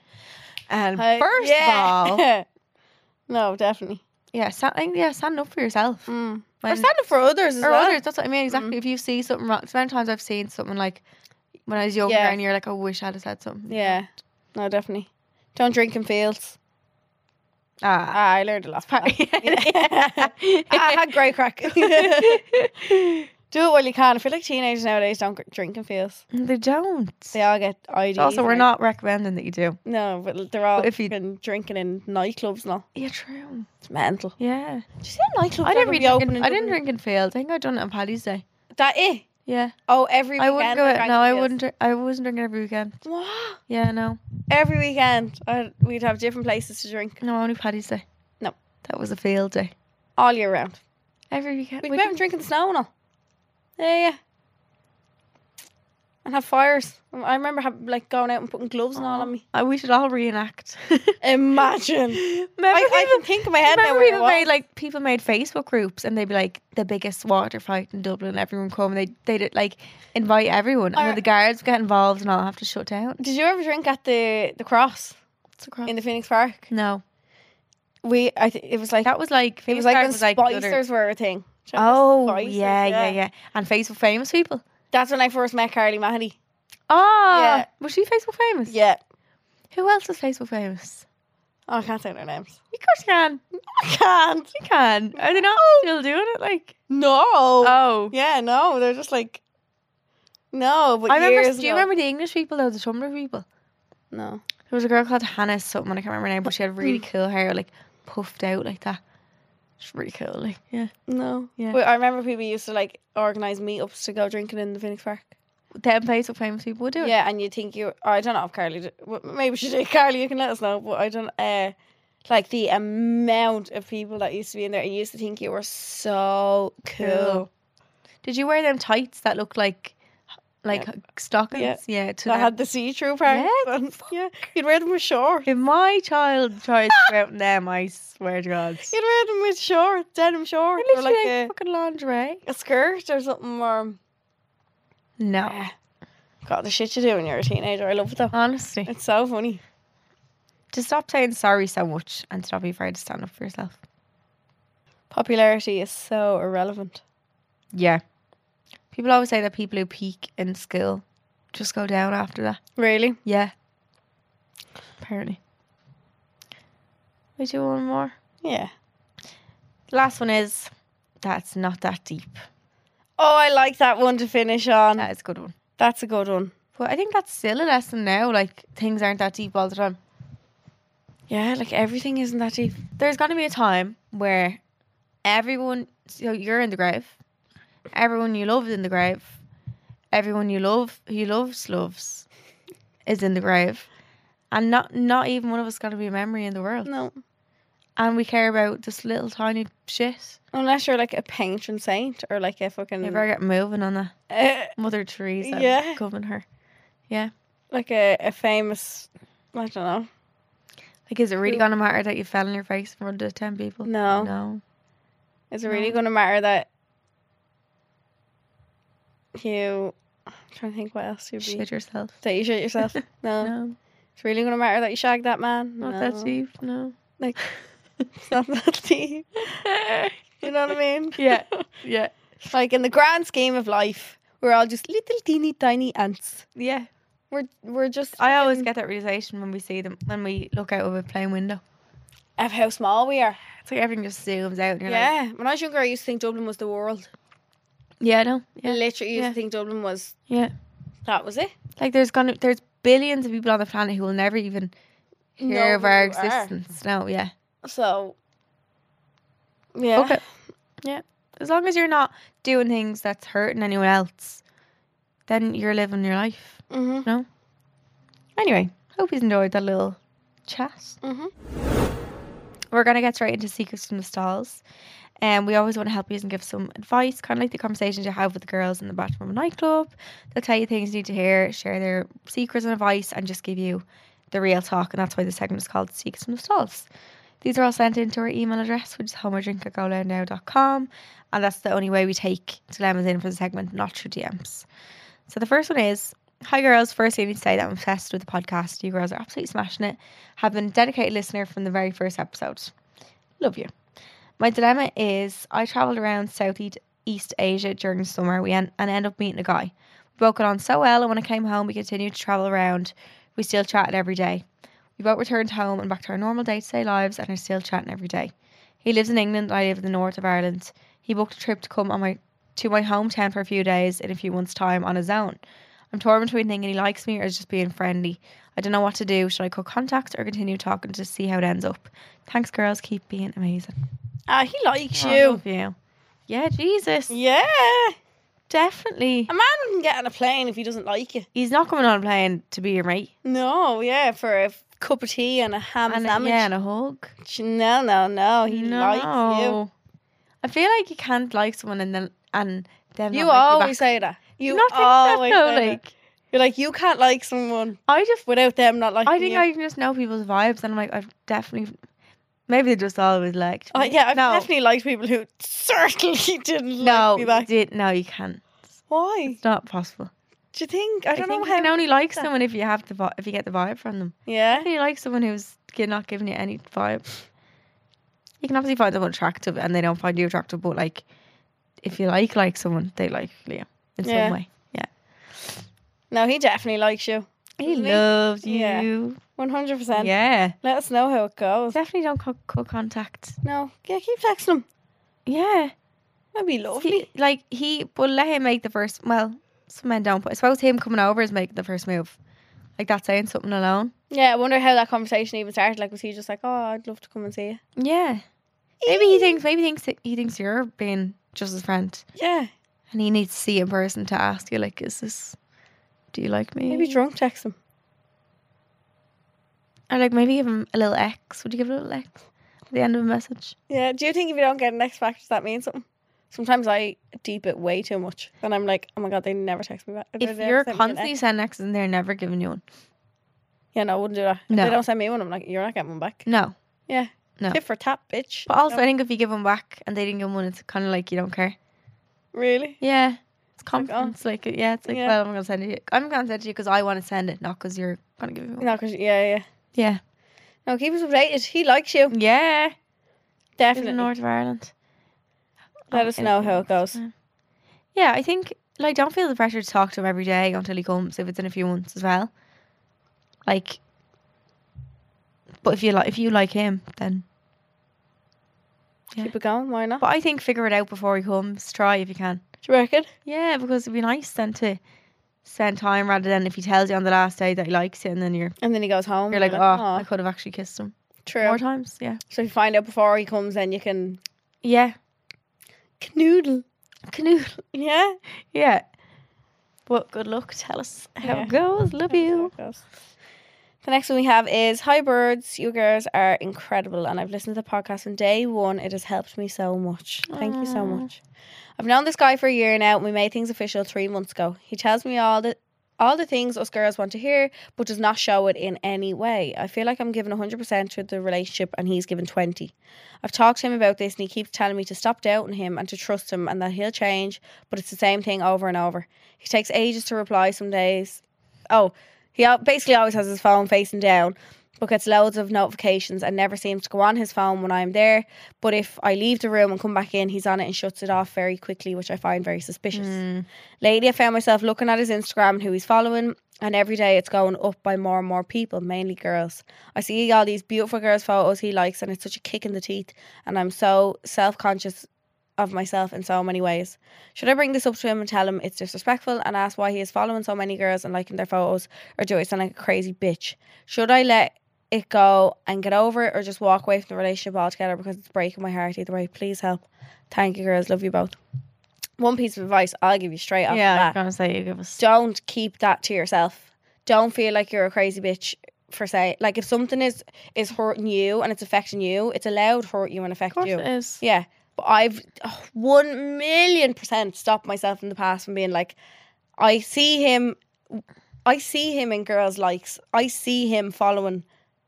and I- first of all, Uh, no, definitely. yeah, stand, like, yeah, stand up for yourself. Mm. When- Or stand up for others as or well. Mm-hmm. others. That's what I mean. Exactly. If you see something wrong, so many times I've seen something like when I was younger, Yeah. and you're like, I wish I'd have said something. Yeah. No, definitely. Don't drink in fields. Ah. Ah, I learned a lot. from that. Yeah. I had grey crack. Do it while you can. I feel like teenagers nowadays don't gr- drink in fields. they don't. They all get IDs. also, we're and not recommending that you do. they- No, but they're all But if you- been drinking in nightclubs and all. Yeah, true. It's mental. Yeah. Did you see a nightclub? I didn't really drink. open. In, I didn't drink in fields. I think I done it on Paddy's Day. That it? Yeah. Oh, every I weekend. wouldn't go. Out, drank no, I Fields. wouldn't. Drink, I wasn't drinking every weekend. What? Yeah, no, Every weekend, I, we'd have different places to drink no, only Paddy's Day. No. that was a field day. all year round. Every weekend. We'd we go out and drink in the snow and all. Yeah, yeah. And have fires. I remember have, like going out and putting gloves and all on me. Uh, we should all reenact. Imagine. remember I, people, I can think in my head now remember where it people was. made like people made Facebook groups and they'd be like the biggest water fight in Dublin. Everyone come. They they did like invite everyone, and Or- then the guards get involved and all have to shut down. Did you ever drink at the the cross in the Phoenix Park? no, We, I th- it was like that was like it was Phoenix like Park when was like the other- spicers were a thing. Do you remember Oh Spicers? yeah, yeah, yeah, and Facebook famous people. That's when I first met Carly Mahoney. Oh, Yeah. was she Facebook famous? Yeah. Who else is Facebook famous? Oh, I can't say their names. Of course you can. I can't. You can. Are they not still doing it? Like No. Uh, oh. Oh. Yeah, no, they're just like no. But I remember. years Do you ago- remember the English people though? The Tumblr people. No. There was a girl called Hannah something. I can't remember her name, but she had Mm. really cool hair, like puffed out like that. She's really cool. Like yeah, No. Yeah. Wait, I remember people used to like organize meetups to go drinking in the Phoenix Park. them Facebook famous people would do it. Yeah, and you think you I don't know if Carly did, well, maybe she did. Carly, you can let us know, but I don't uh like the amount of people that used to be in there, I used to think you were so cool. Did you wear them tights that looked like like stockings? Yeah. Yeah. to That them? had the see-through part. Yeah, yeah. You'd wear them with shorts. if my child tries to go out in them, I swear to God. You'd wear them with shorts, denim Or shorts, or literally like like a, fucking lingerie. a skirt or something. Or No, Yeah. God, the shit you do when you're a teenager. I love it though. honestly. It's so funny. To stop saying sorry so much and to not be afraid to stand up for yourself. Popularity is so irrelevant. Yeah. People always say that people who peak in skill just go down after that. Really? Yeah. Apparently. We do one more. Yeah. Last one is that's not that deep. Oh, I like that one to finish on. That is a good one. That's a good one. But I think that's still a lesson now. Like things aren't that deep all the time. Yeah, like everything isn't that deep. There's gonna be a time where everyone so you're in the grave. Everyone you love is in the grave. Everyone you love who you loves loves is in the grave. And not not even one of us gonna be a memory in the world. No. And we care about this little tiny shit. Unless you're like a patron saint or like a fucking. You better get moving on that. Uh, Mother Teresa Mm. Yeah. yeah. covering her. Yeah. Like a, a famous, I don't know. Like, is it really going to matter that you fell on your face in front of 10 people? No. No. Is it really No. going to matter that you? I'm trying to think what else you'd be. Shit yourself. That you shit yourself. No. No. It's really going to matter that you shagged that man. Not no. that deep. No. Like, it's not that deep. You know what I mean? yeah. Yeah. Like in the grand scheme of life, we're all just little teeny tiny ants. Yeah. We're we're just I always fucking- get that realization when we see them, when we look out of a plane window. of how small we are. It's like everything just zooms out and you're like, Yeah. When I was younger, I used to think Dublin was the world. yeah, no. I Yeah. literally used Yeah. to think Dublin was Yeah. that was it. Like, there's going to, there's billions of people on the planet who will never even hear Know of our who you are. existence. No, yeah. So yeah. Okay. Yeah. As long as you're not doing things that's hurting anyone else, then you're living your life. Mhm. Anyway, hope you've enjoyed that little chat. Mhm. We're going to get straight into secrets from the stalls. And we always want to help you and give some advice, kind of like the conversations you have with the girls in the bathroom of a nightclub. They'll tell you things you need to hear, share their secrets and advice, and just give you the real talk. And that's why the segment is called Secrets from the Stalls. These are all sent in to our email address, which is homerdrink.goloudnow.com. And that's the only way we take dilemmas in for the segment, not through DMs. So the first one is Hi girls, first I need to say that I'm obsessed with the podcast. You girls are absolutely smashing it. Have been a dedicated listener from the very first episode. Love you. My dilemma is I travelled around Southeast East Asia during the summer we en- and end up meeting a guy. We both got on so well and when I came home we continued to travel around. We still chatted every day. We both returned home and back to our normal day to day lives and are still chatting every day. He lives in England, I live in the north of Ireland. He booked a trip to come on my to my hometown for a few days in a few months' time on his own. I'm torn between thinking he likes me or is just being friendly. I don't know what to do. Should I cut contact or continue talking to see how it ends up? Thanks, girls. Keep being amazing. Ah, he likes Oh, I you. love you. Yeah, Jesus. Yeah. Definitely. A man can get on a plane if he doesn't like you. He's not coming on a plane to be your mate. No, yeah, for a cup of tea and a ham And a, sandwich. yeah, and a hug. No, no, no. He likes you. No. I feel like you can't like someone and then and then You not like you always back. say that. You not always that, though, say like that. You're like you can't like someone I just without them not liking I think you. I can just know people's vibes, and I'm like, I've definitely, maybe they just always liked. Oh, Me. yeah, I've no, definitely liked people who certainly didn't no, like me back. Did, no, you can't. Why? It's not possible. Do you think? I don't know think how. You can only like that. someone if you have the vi- if you get the vibe from them. Yeah. If you like someone who's gi- not giving you any vibe, you can obviously find someone attractive, and they don't find you attractive. But like, if you like like someone, they like you in Yeah. some way. No, he definitely likes you. He Doesn't he? loves Yeah. you. One hundred Yeah. percent. Let us know how it goes. Definitely don't cut cut contact. No. Yeah, keep texting him. Yeah. That'd be If lovely. he- like he will let him make the first. Well, some men don't, but I suppose him coming over is making the first move. Like that's saying something alone. Yeah, I wonder how that conversation even started. Like, was he just like, "Oh, I'd love to come and see you"? Yeah, maybe he thinks. Maybe thinks that he thinks you're being just his friend, Yeah. and he needs to see you in person to ask you like, is this? Do you like me? Maybe drunk text him. Or like maybe give him a little X. Would you give a little X at the end of a message? Yeah. Do you think if you don't get an X factor, does that means something? Sometimes I deep it way too much, and I'm like, "Oh my god, they never text me back." They if never you're send me an constantly sending X's and they're never giving you one, Yeah, no, I wouldn't do that. If No. they don't send me one, I'm like, you're not getting one back. no. Yeah. No. Tip for tap, bitch. But also, No. I think if you give them back and they didn't give one, it's kind of like you don't care. really? Yeah, Like, it's oh. confidence. Like, uh, yeah, it's like, Yeah. well, I'm gonna send it. to you. I'm gonna send it to you because I want to send it, not because you're gonna give it. No, because, yeah, yeah. Yeah, No, keep us updated. He likes you. yeah. Definitely. Definitely. North of Ireland. Let Um, us in- know how it goes. Yeah, I think like don't feel the pressure to talk to him every day until he comes. If it's in a few months as well, like. But if you like, if you like him, then. Yeah. Keep it going. Why not? But I think figure it out before he comes. Try if you can. Do you reckon? Yeah, because it'd be nice then to spend time rather than if he tells you on the last day that he likes you and then you're And then he goes home. You're and like, oh, I "Aw, could have actually kissed him true. more times. Yeah. So if you find out before he comes, then you can Yeah. canoodle. Canoe. Yeah. Yeah. But good luck. Tell us how Yeah. it goes. Love That's how you. it goes. The next one we have is Hi Birds. You girls are incredible, and I've listened to the podcast from day one. It has helped me so much. Thank you so Aw. much. I've known this guy for a year now, and we made things official three months ago. He tells me all the all the things us girls want to hear, but does not show it in any way. I feel like I'm giving 100% to the relationship and he's given 20. I've talked to him about this and he keeps telling me to stop doubting him and to trust him and that he'll change, but it's the same thing over and over. He takes ages to reply some days. Oh, he al- basically always has his phone facing down, but gets loads of notifications and never seems to go on his phone when I'm there. But if I leave the room and come back in, he's on it and shuts it off very quickly, which I find very suspicious. Lately, I found myself looking at his Instagram and who he's following, and every day it's going up by more and more people, mainly girls. I see all these beautiful girls' photos he likes, and it's such a kick in the teeth, and I'm so self conscious of myself in so many ways. Should I bring this up to him and tell him it's disrespectful and ask why he is following so many girls and liking their photos, or do I sound like a crazy bitch? Should I let it go and get over it, or just walk away from the relationship altogether because it's breaking my heart either way? Please help. Thank you, girls. Love you both. One piece of advice I'll give you straight off the yeah, bat I'm gonna say you give us. don't keep that to yourself. Don't feel like you're a crazy bitch for say like if something is is hurting you and it's affecting you, it's allowed to hurt you and affect you. is. Yeah. But I've oh, one million percent stopped myself in the past from being like, I see him, I see him in girls' likes. I see him following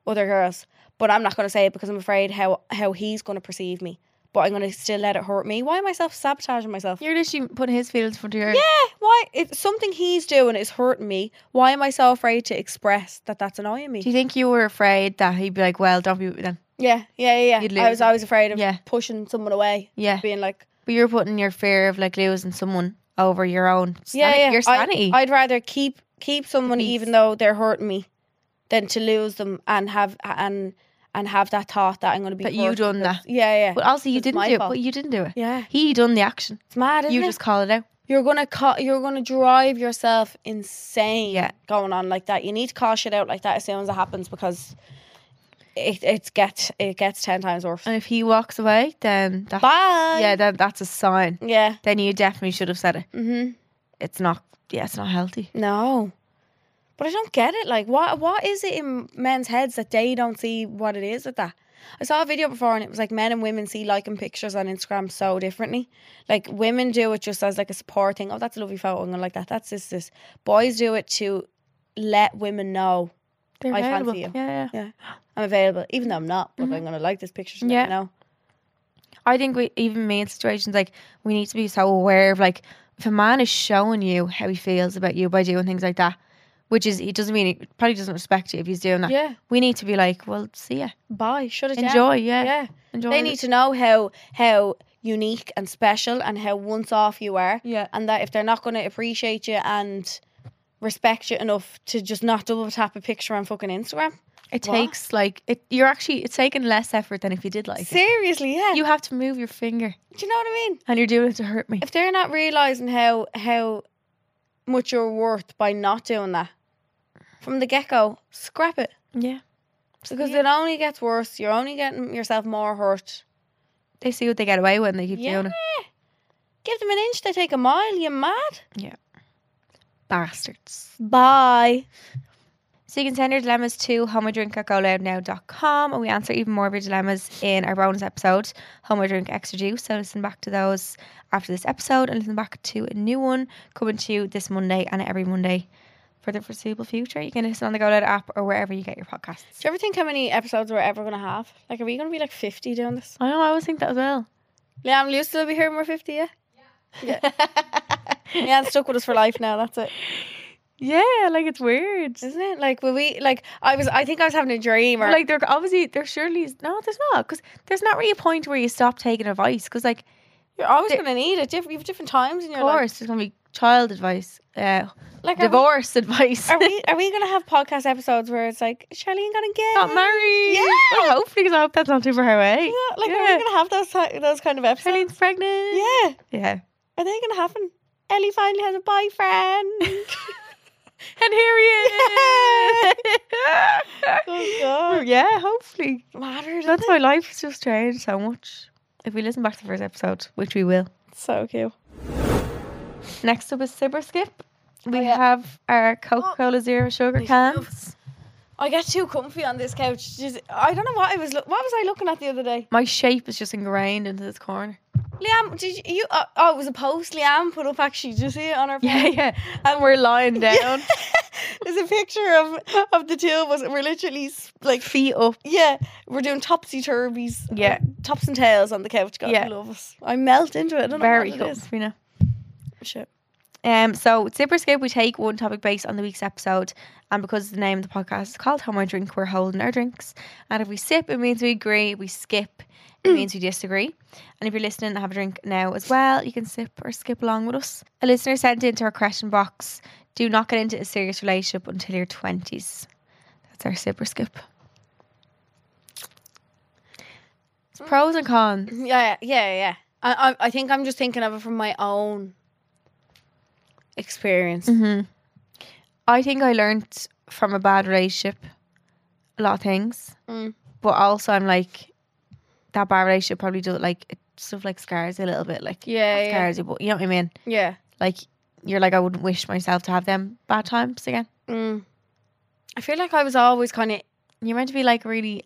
other girls, but I'm not going to say it because I'm afraid how how he's going to perceive me. But I'm going to still let it hurt me. Why am I self sabotaging myself? You're literally putting his feelings in front of your. Yeah, why if something he's doing is hurting me, why am I so afraid to express that that's annoying Do me? you think you were afraid that he'd be like, "Well, don't be then"? Yeah, yeah, yeah. You'd yeah. I lose was it. always afraid of Yeah. pushing someone away, Yeah, being like, but you're putting your fear of like losing someone over your own. yeah, sanity- yeah. Your I- sanity. I'd rather keep keep someone Peace. even though they're hurting me, than to lose them and have and and have that thought that I'm going to be. That you hurt done because- that. Yeah, yeah, but also, you It's didn't my do it. fault. But you didn't do it. yeah. He done the action. It's mad, isn't you it? just call it out. you're gonna cut. You're gonna drive yourself insane. Yeah. going on like that. You need to call shit out like that as soon as it happens because it it gets it gets ten times worse. And if he walks away, then that's Bye. yeah, then that's a sign. Yeah. Then you definitely should have said it. hmm It's not. Yeah, it's not healthy. No. But I don't get it. Like, what what is it in men's heads that they don't see what it is with that? I saw a video before and it was like men and women see liking pictures on Instagram so differently. Like women do it just as like a support thing. Oh, that's a lovely photo. I'm gonna like that. That's this this. Boys do it to let women know They're I fancy available. you. Yeah, yeah. I'm available, even though I'm not. But I'm gonna like this picture. So yeah. Yeah. You know. I think we even me in situations like we need to be so aware of like if a man is showing you how he feels about you by doing things like that, which is he doesn't mean he probably doesn't respect you if he's doing that. Yeah. We need to be like, well, see ya, Bye. Shut it down. enjoy, yeah, Yeah. enjoy. They it. need to know how how unique and special and how once off you are. yeah, and that if they're not going to appreciate you and respect you enough to just not double tap a picture on fucking Instagram. it What? takes like it. You're actually it's taking less effort than if you did like it. Seriously, yeah. You have to move your finger, Do you know what I mean? and you're doing it to hurt me. If they're not realizing how how much you're worth by not doing that from the get go, scrap it Yeah, because it only gets worse. You're only getting yourself more hurt. they see what they get away with, and they keep doing it. Give them an inch, they take a mile. You mad? Bastards. Bye. So you can send your dilemmas to homodrink.goloudnow.com and we answer even more of your dilemmas in our bonus episode, Homo Drink Extra Juice. So listen back to those after this episode and listen back to a new one coming to you this Monday and every Monday for the foreseeable future. You can listen on the Go Loud app or wherever you get your podcasts. Do you ever think how many episodes we're ever going to have? Like, are we going to be like 50 doing this? I know, I always think that as well. Liam, will you still be here when we're 50, yeah? Yeah, it's stuck with us for life now. That's it, yeah, like it's weird. isn't it? Like, will we? Like, I was. I think I was having a dream. Or, Like there obviously there surely is no, there's not because there's not really a point where you stop taking advice because like you're always there- going to need it. Diff- you have different times in of your life. course there's gonna be child advice, uh, Like, are we- divorce advice. Are we? Are we going to have podcast episodes where it's like Charlene got engaged? not married. Yeah. Well, hopefully, because I hope that's not too far away. Yeah, Like, are Yeah. we going to have those ti- those kind of episodes? Charlene's pregnant. Yeah. Yeah. Are they going to happen? Ellie finally has a boyfriend. And here he is. oh God. yeah, hopefully. Matter. That's That's why life's just changed so much. If we listen back to the first episode, which we will. so cute. Next up is Sibber Skip. We Oh, yeah. Oh. have our Coca Cola Zero Sugar Nice. cans. I get too comfy on this couch. Just, I don't know what I was. Lo- what was I looking at the other day? My shape is just ingrained into this corner. Liam, did you? you oh, oh, it was a post Liam put up actually. Did you see it on our? Yeah, yeah. And we're lying down. There's a picture of of the two of us. and We're literally s- like, Feet up. yeah, we're doing topsy turvies. Yeah. tops and tails on the couch. God, Yeah. I love us. I melt into it. I don't Very know what cool, it is. Sabrina. Shit. Um, so Zip or Skip, we take one topic based on the week's episode, and because the name of the podcast is called Home Our Drink, we're holding our drinks. And if we sip, it means we agree. If we skip, it means we disagree. And if you're listening and have a drink now as well, you can sip or skip along with us. A listener sent into our question box: Do not get into a serious relationship until your twenties. That's our sip or skip. It's pros and cons. Yeah, yeah, yeah. yeah. I, I I think I'm just thinking of it from my own experience. hmm I think I learned from a bad relationship a lot of things, Mm. but also I'm like that bad relationship probably do like it stuff like scars you a little bit, like Yeah, not yeah. scars you, but you know what I mean. Yeah. Like you're like I wouldn't wish myself to have them bad times again. Mm. I feel like I was always kind of You're meant to be like really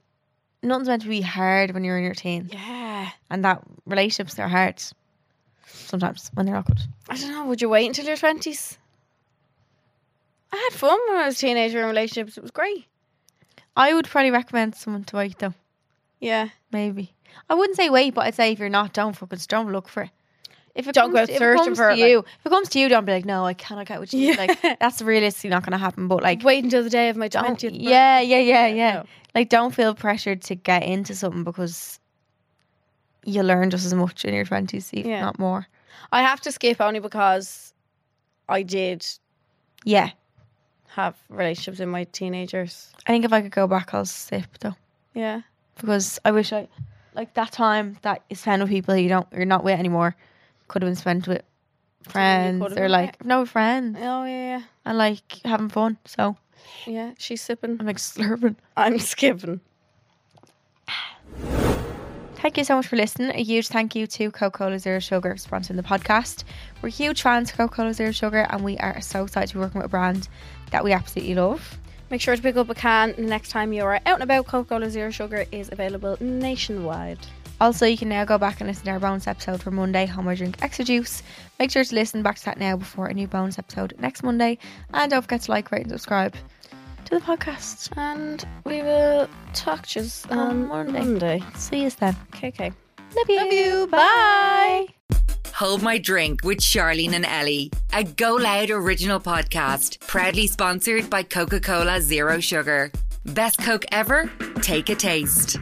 nothing's meant to be hard when you're in your teens, yeah. and that relationships are hard sometimes when they're not good. I don't know. Would you wait until your twenties? I had fun when I was a teenager in relationships. It was great. I would probably recommend someone to wait though, Yeah. maybe. I wouldn't say wait, but I'd say if you're not, don't fucking don't look for it. If it Don't comes go out to, if it searching comes for to it, like- you, if it comes to you, don't be like, no, I cannot get what you need. Yeah. like. That's realistically not going to happen. But like, Wait until the day of my don't- twentieth. yeah, yeah, yeah, yeah. no. Like, don't feel pressured to get into something because you learn just as much in your twenties, if Yeah. not more. I have to skip only because I did Yeah, have relationships in my teenagers. I think if I could go back, I'll sip though Yeah. because I wish I like that time that you spend with people you don't you're not with anymore could have been spent with friends could've or been, like no friends Oh yeah. and like having fun. So Yeah. yeah. She's sipping. I'm like slurping. I'm skipping. Thank you so much for listening. A huge thank you to Coca-Cola Zero Sugar for sponsoring the podcast. We're huge fans of Coca-Cola Zero Sugar and we are so excited to be working with a brand that we absolutely love. Make sure to pick up a can the next time you are out and about. Coca-Cola Zero Sugar is available nationwide. Also, you can now go back and listen to our bonus episode for Monday, Home or Drink Extra Juice. Make sure to listen back to that now before a new bonus episode next Monday. And don't forget to like, rate and subscribe to the podcast. And we will talk to you on On Monday. Monday. Monday. See you then. Okay, okay. Love you. Love you. Bye. Hold My Drink with Charlene and Ellie, a Go Loud original podcast, proudly sponsored by Coca Cola Zero Sugar. Best Coke ever? Take a taste.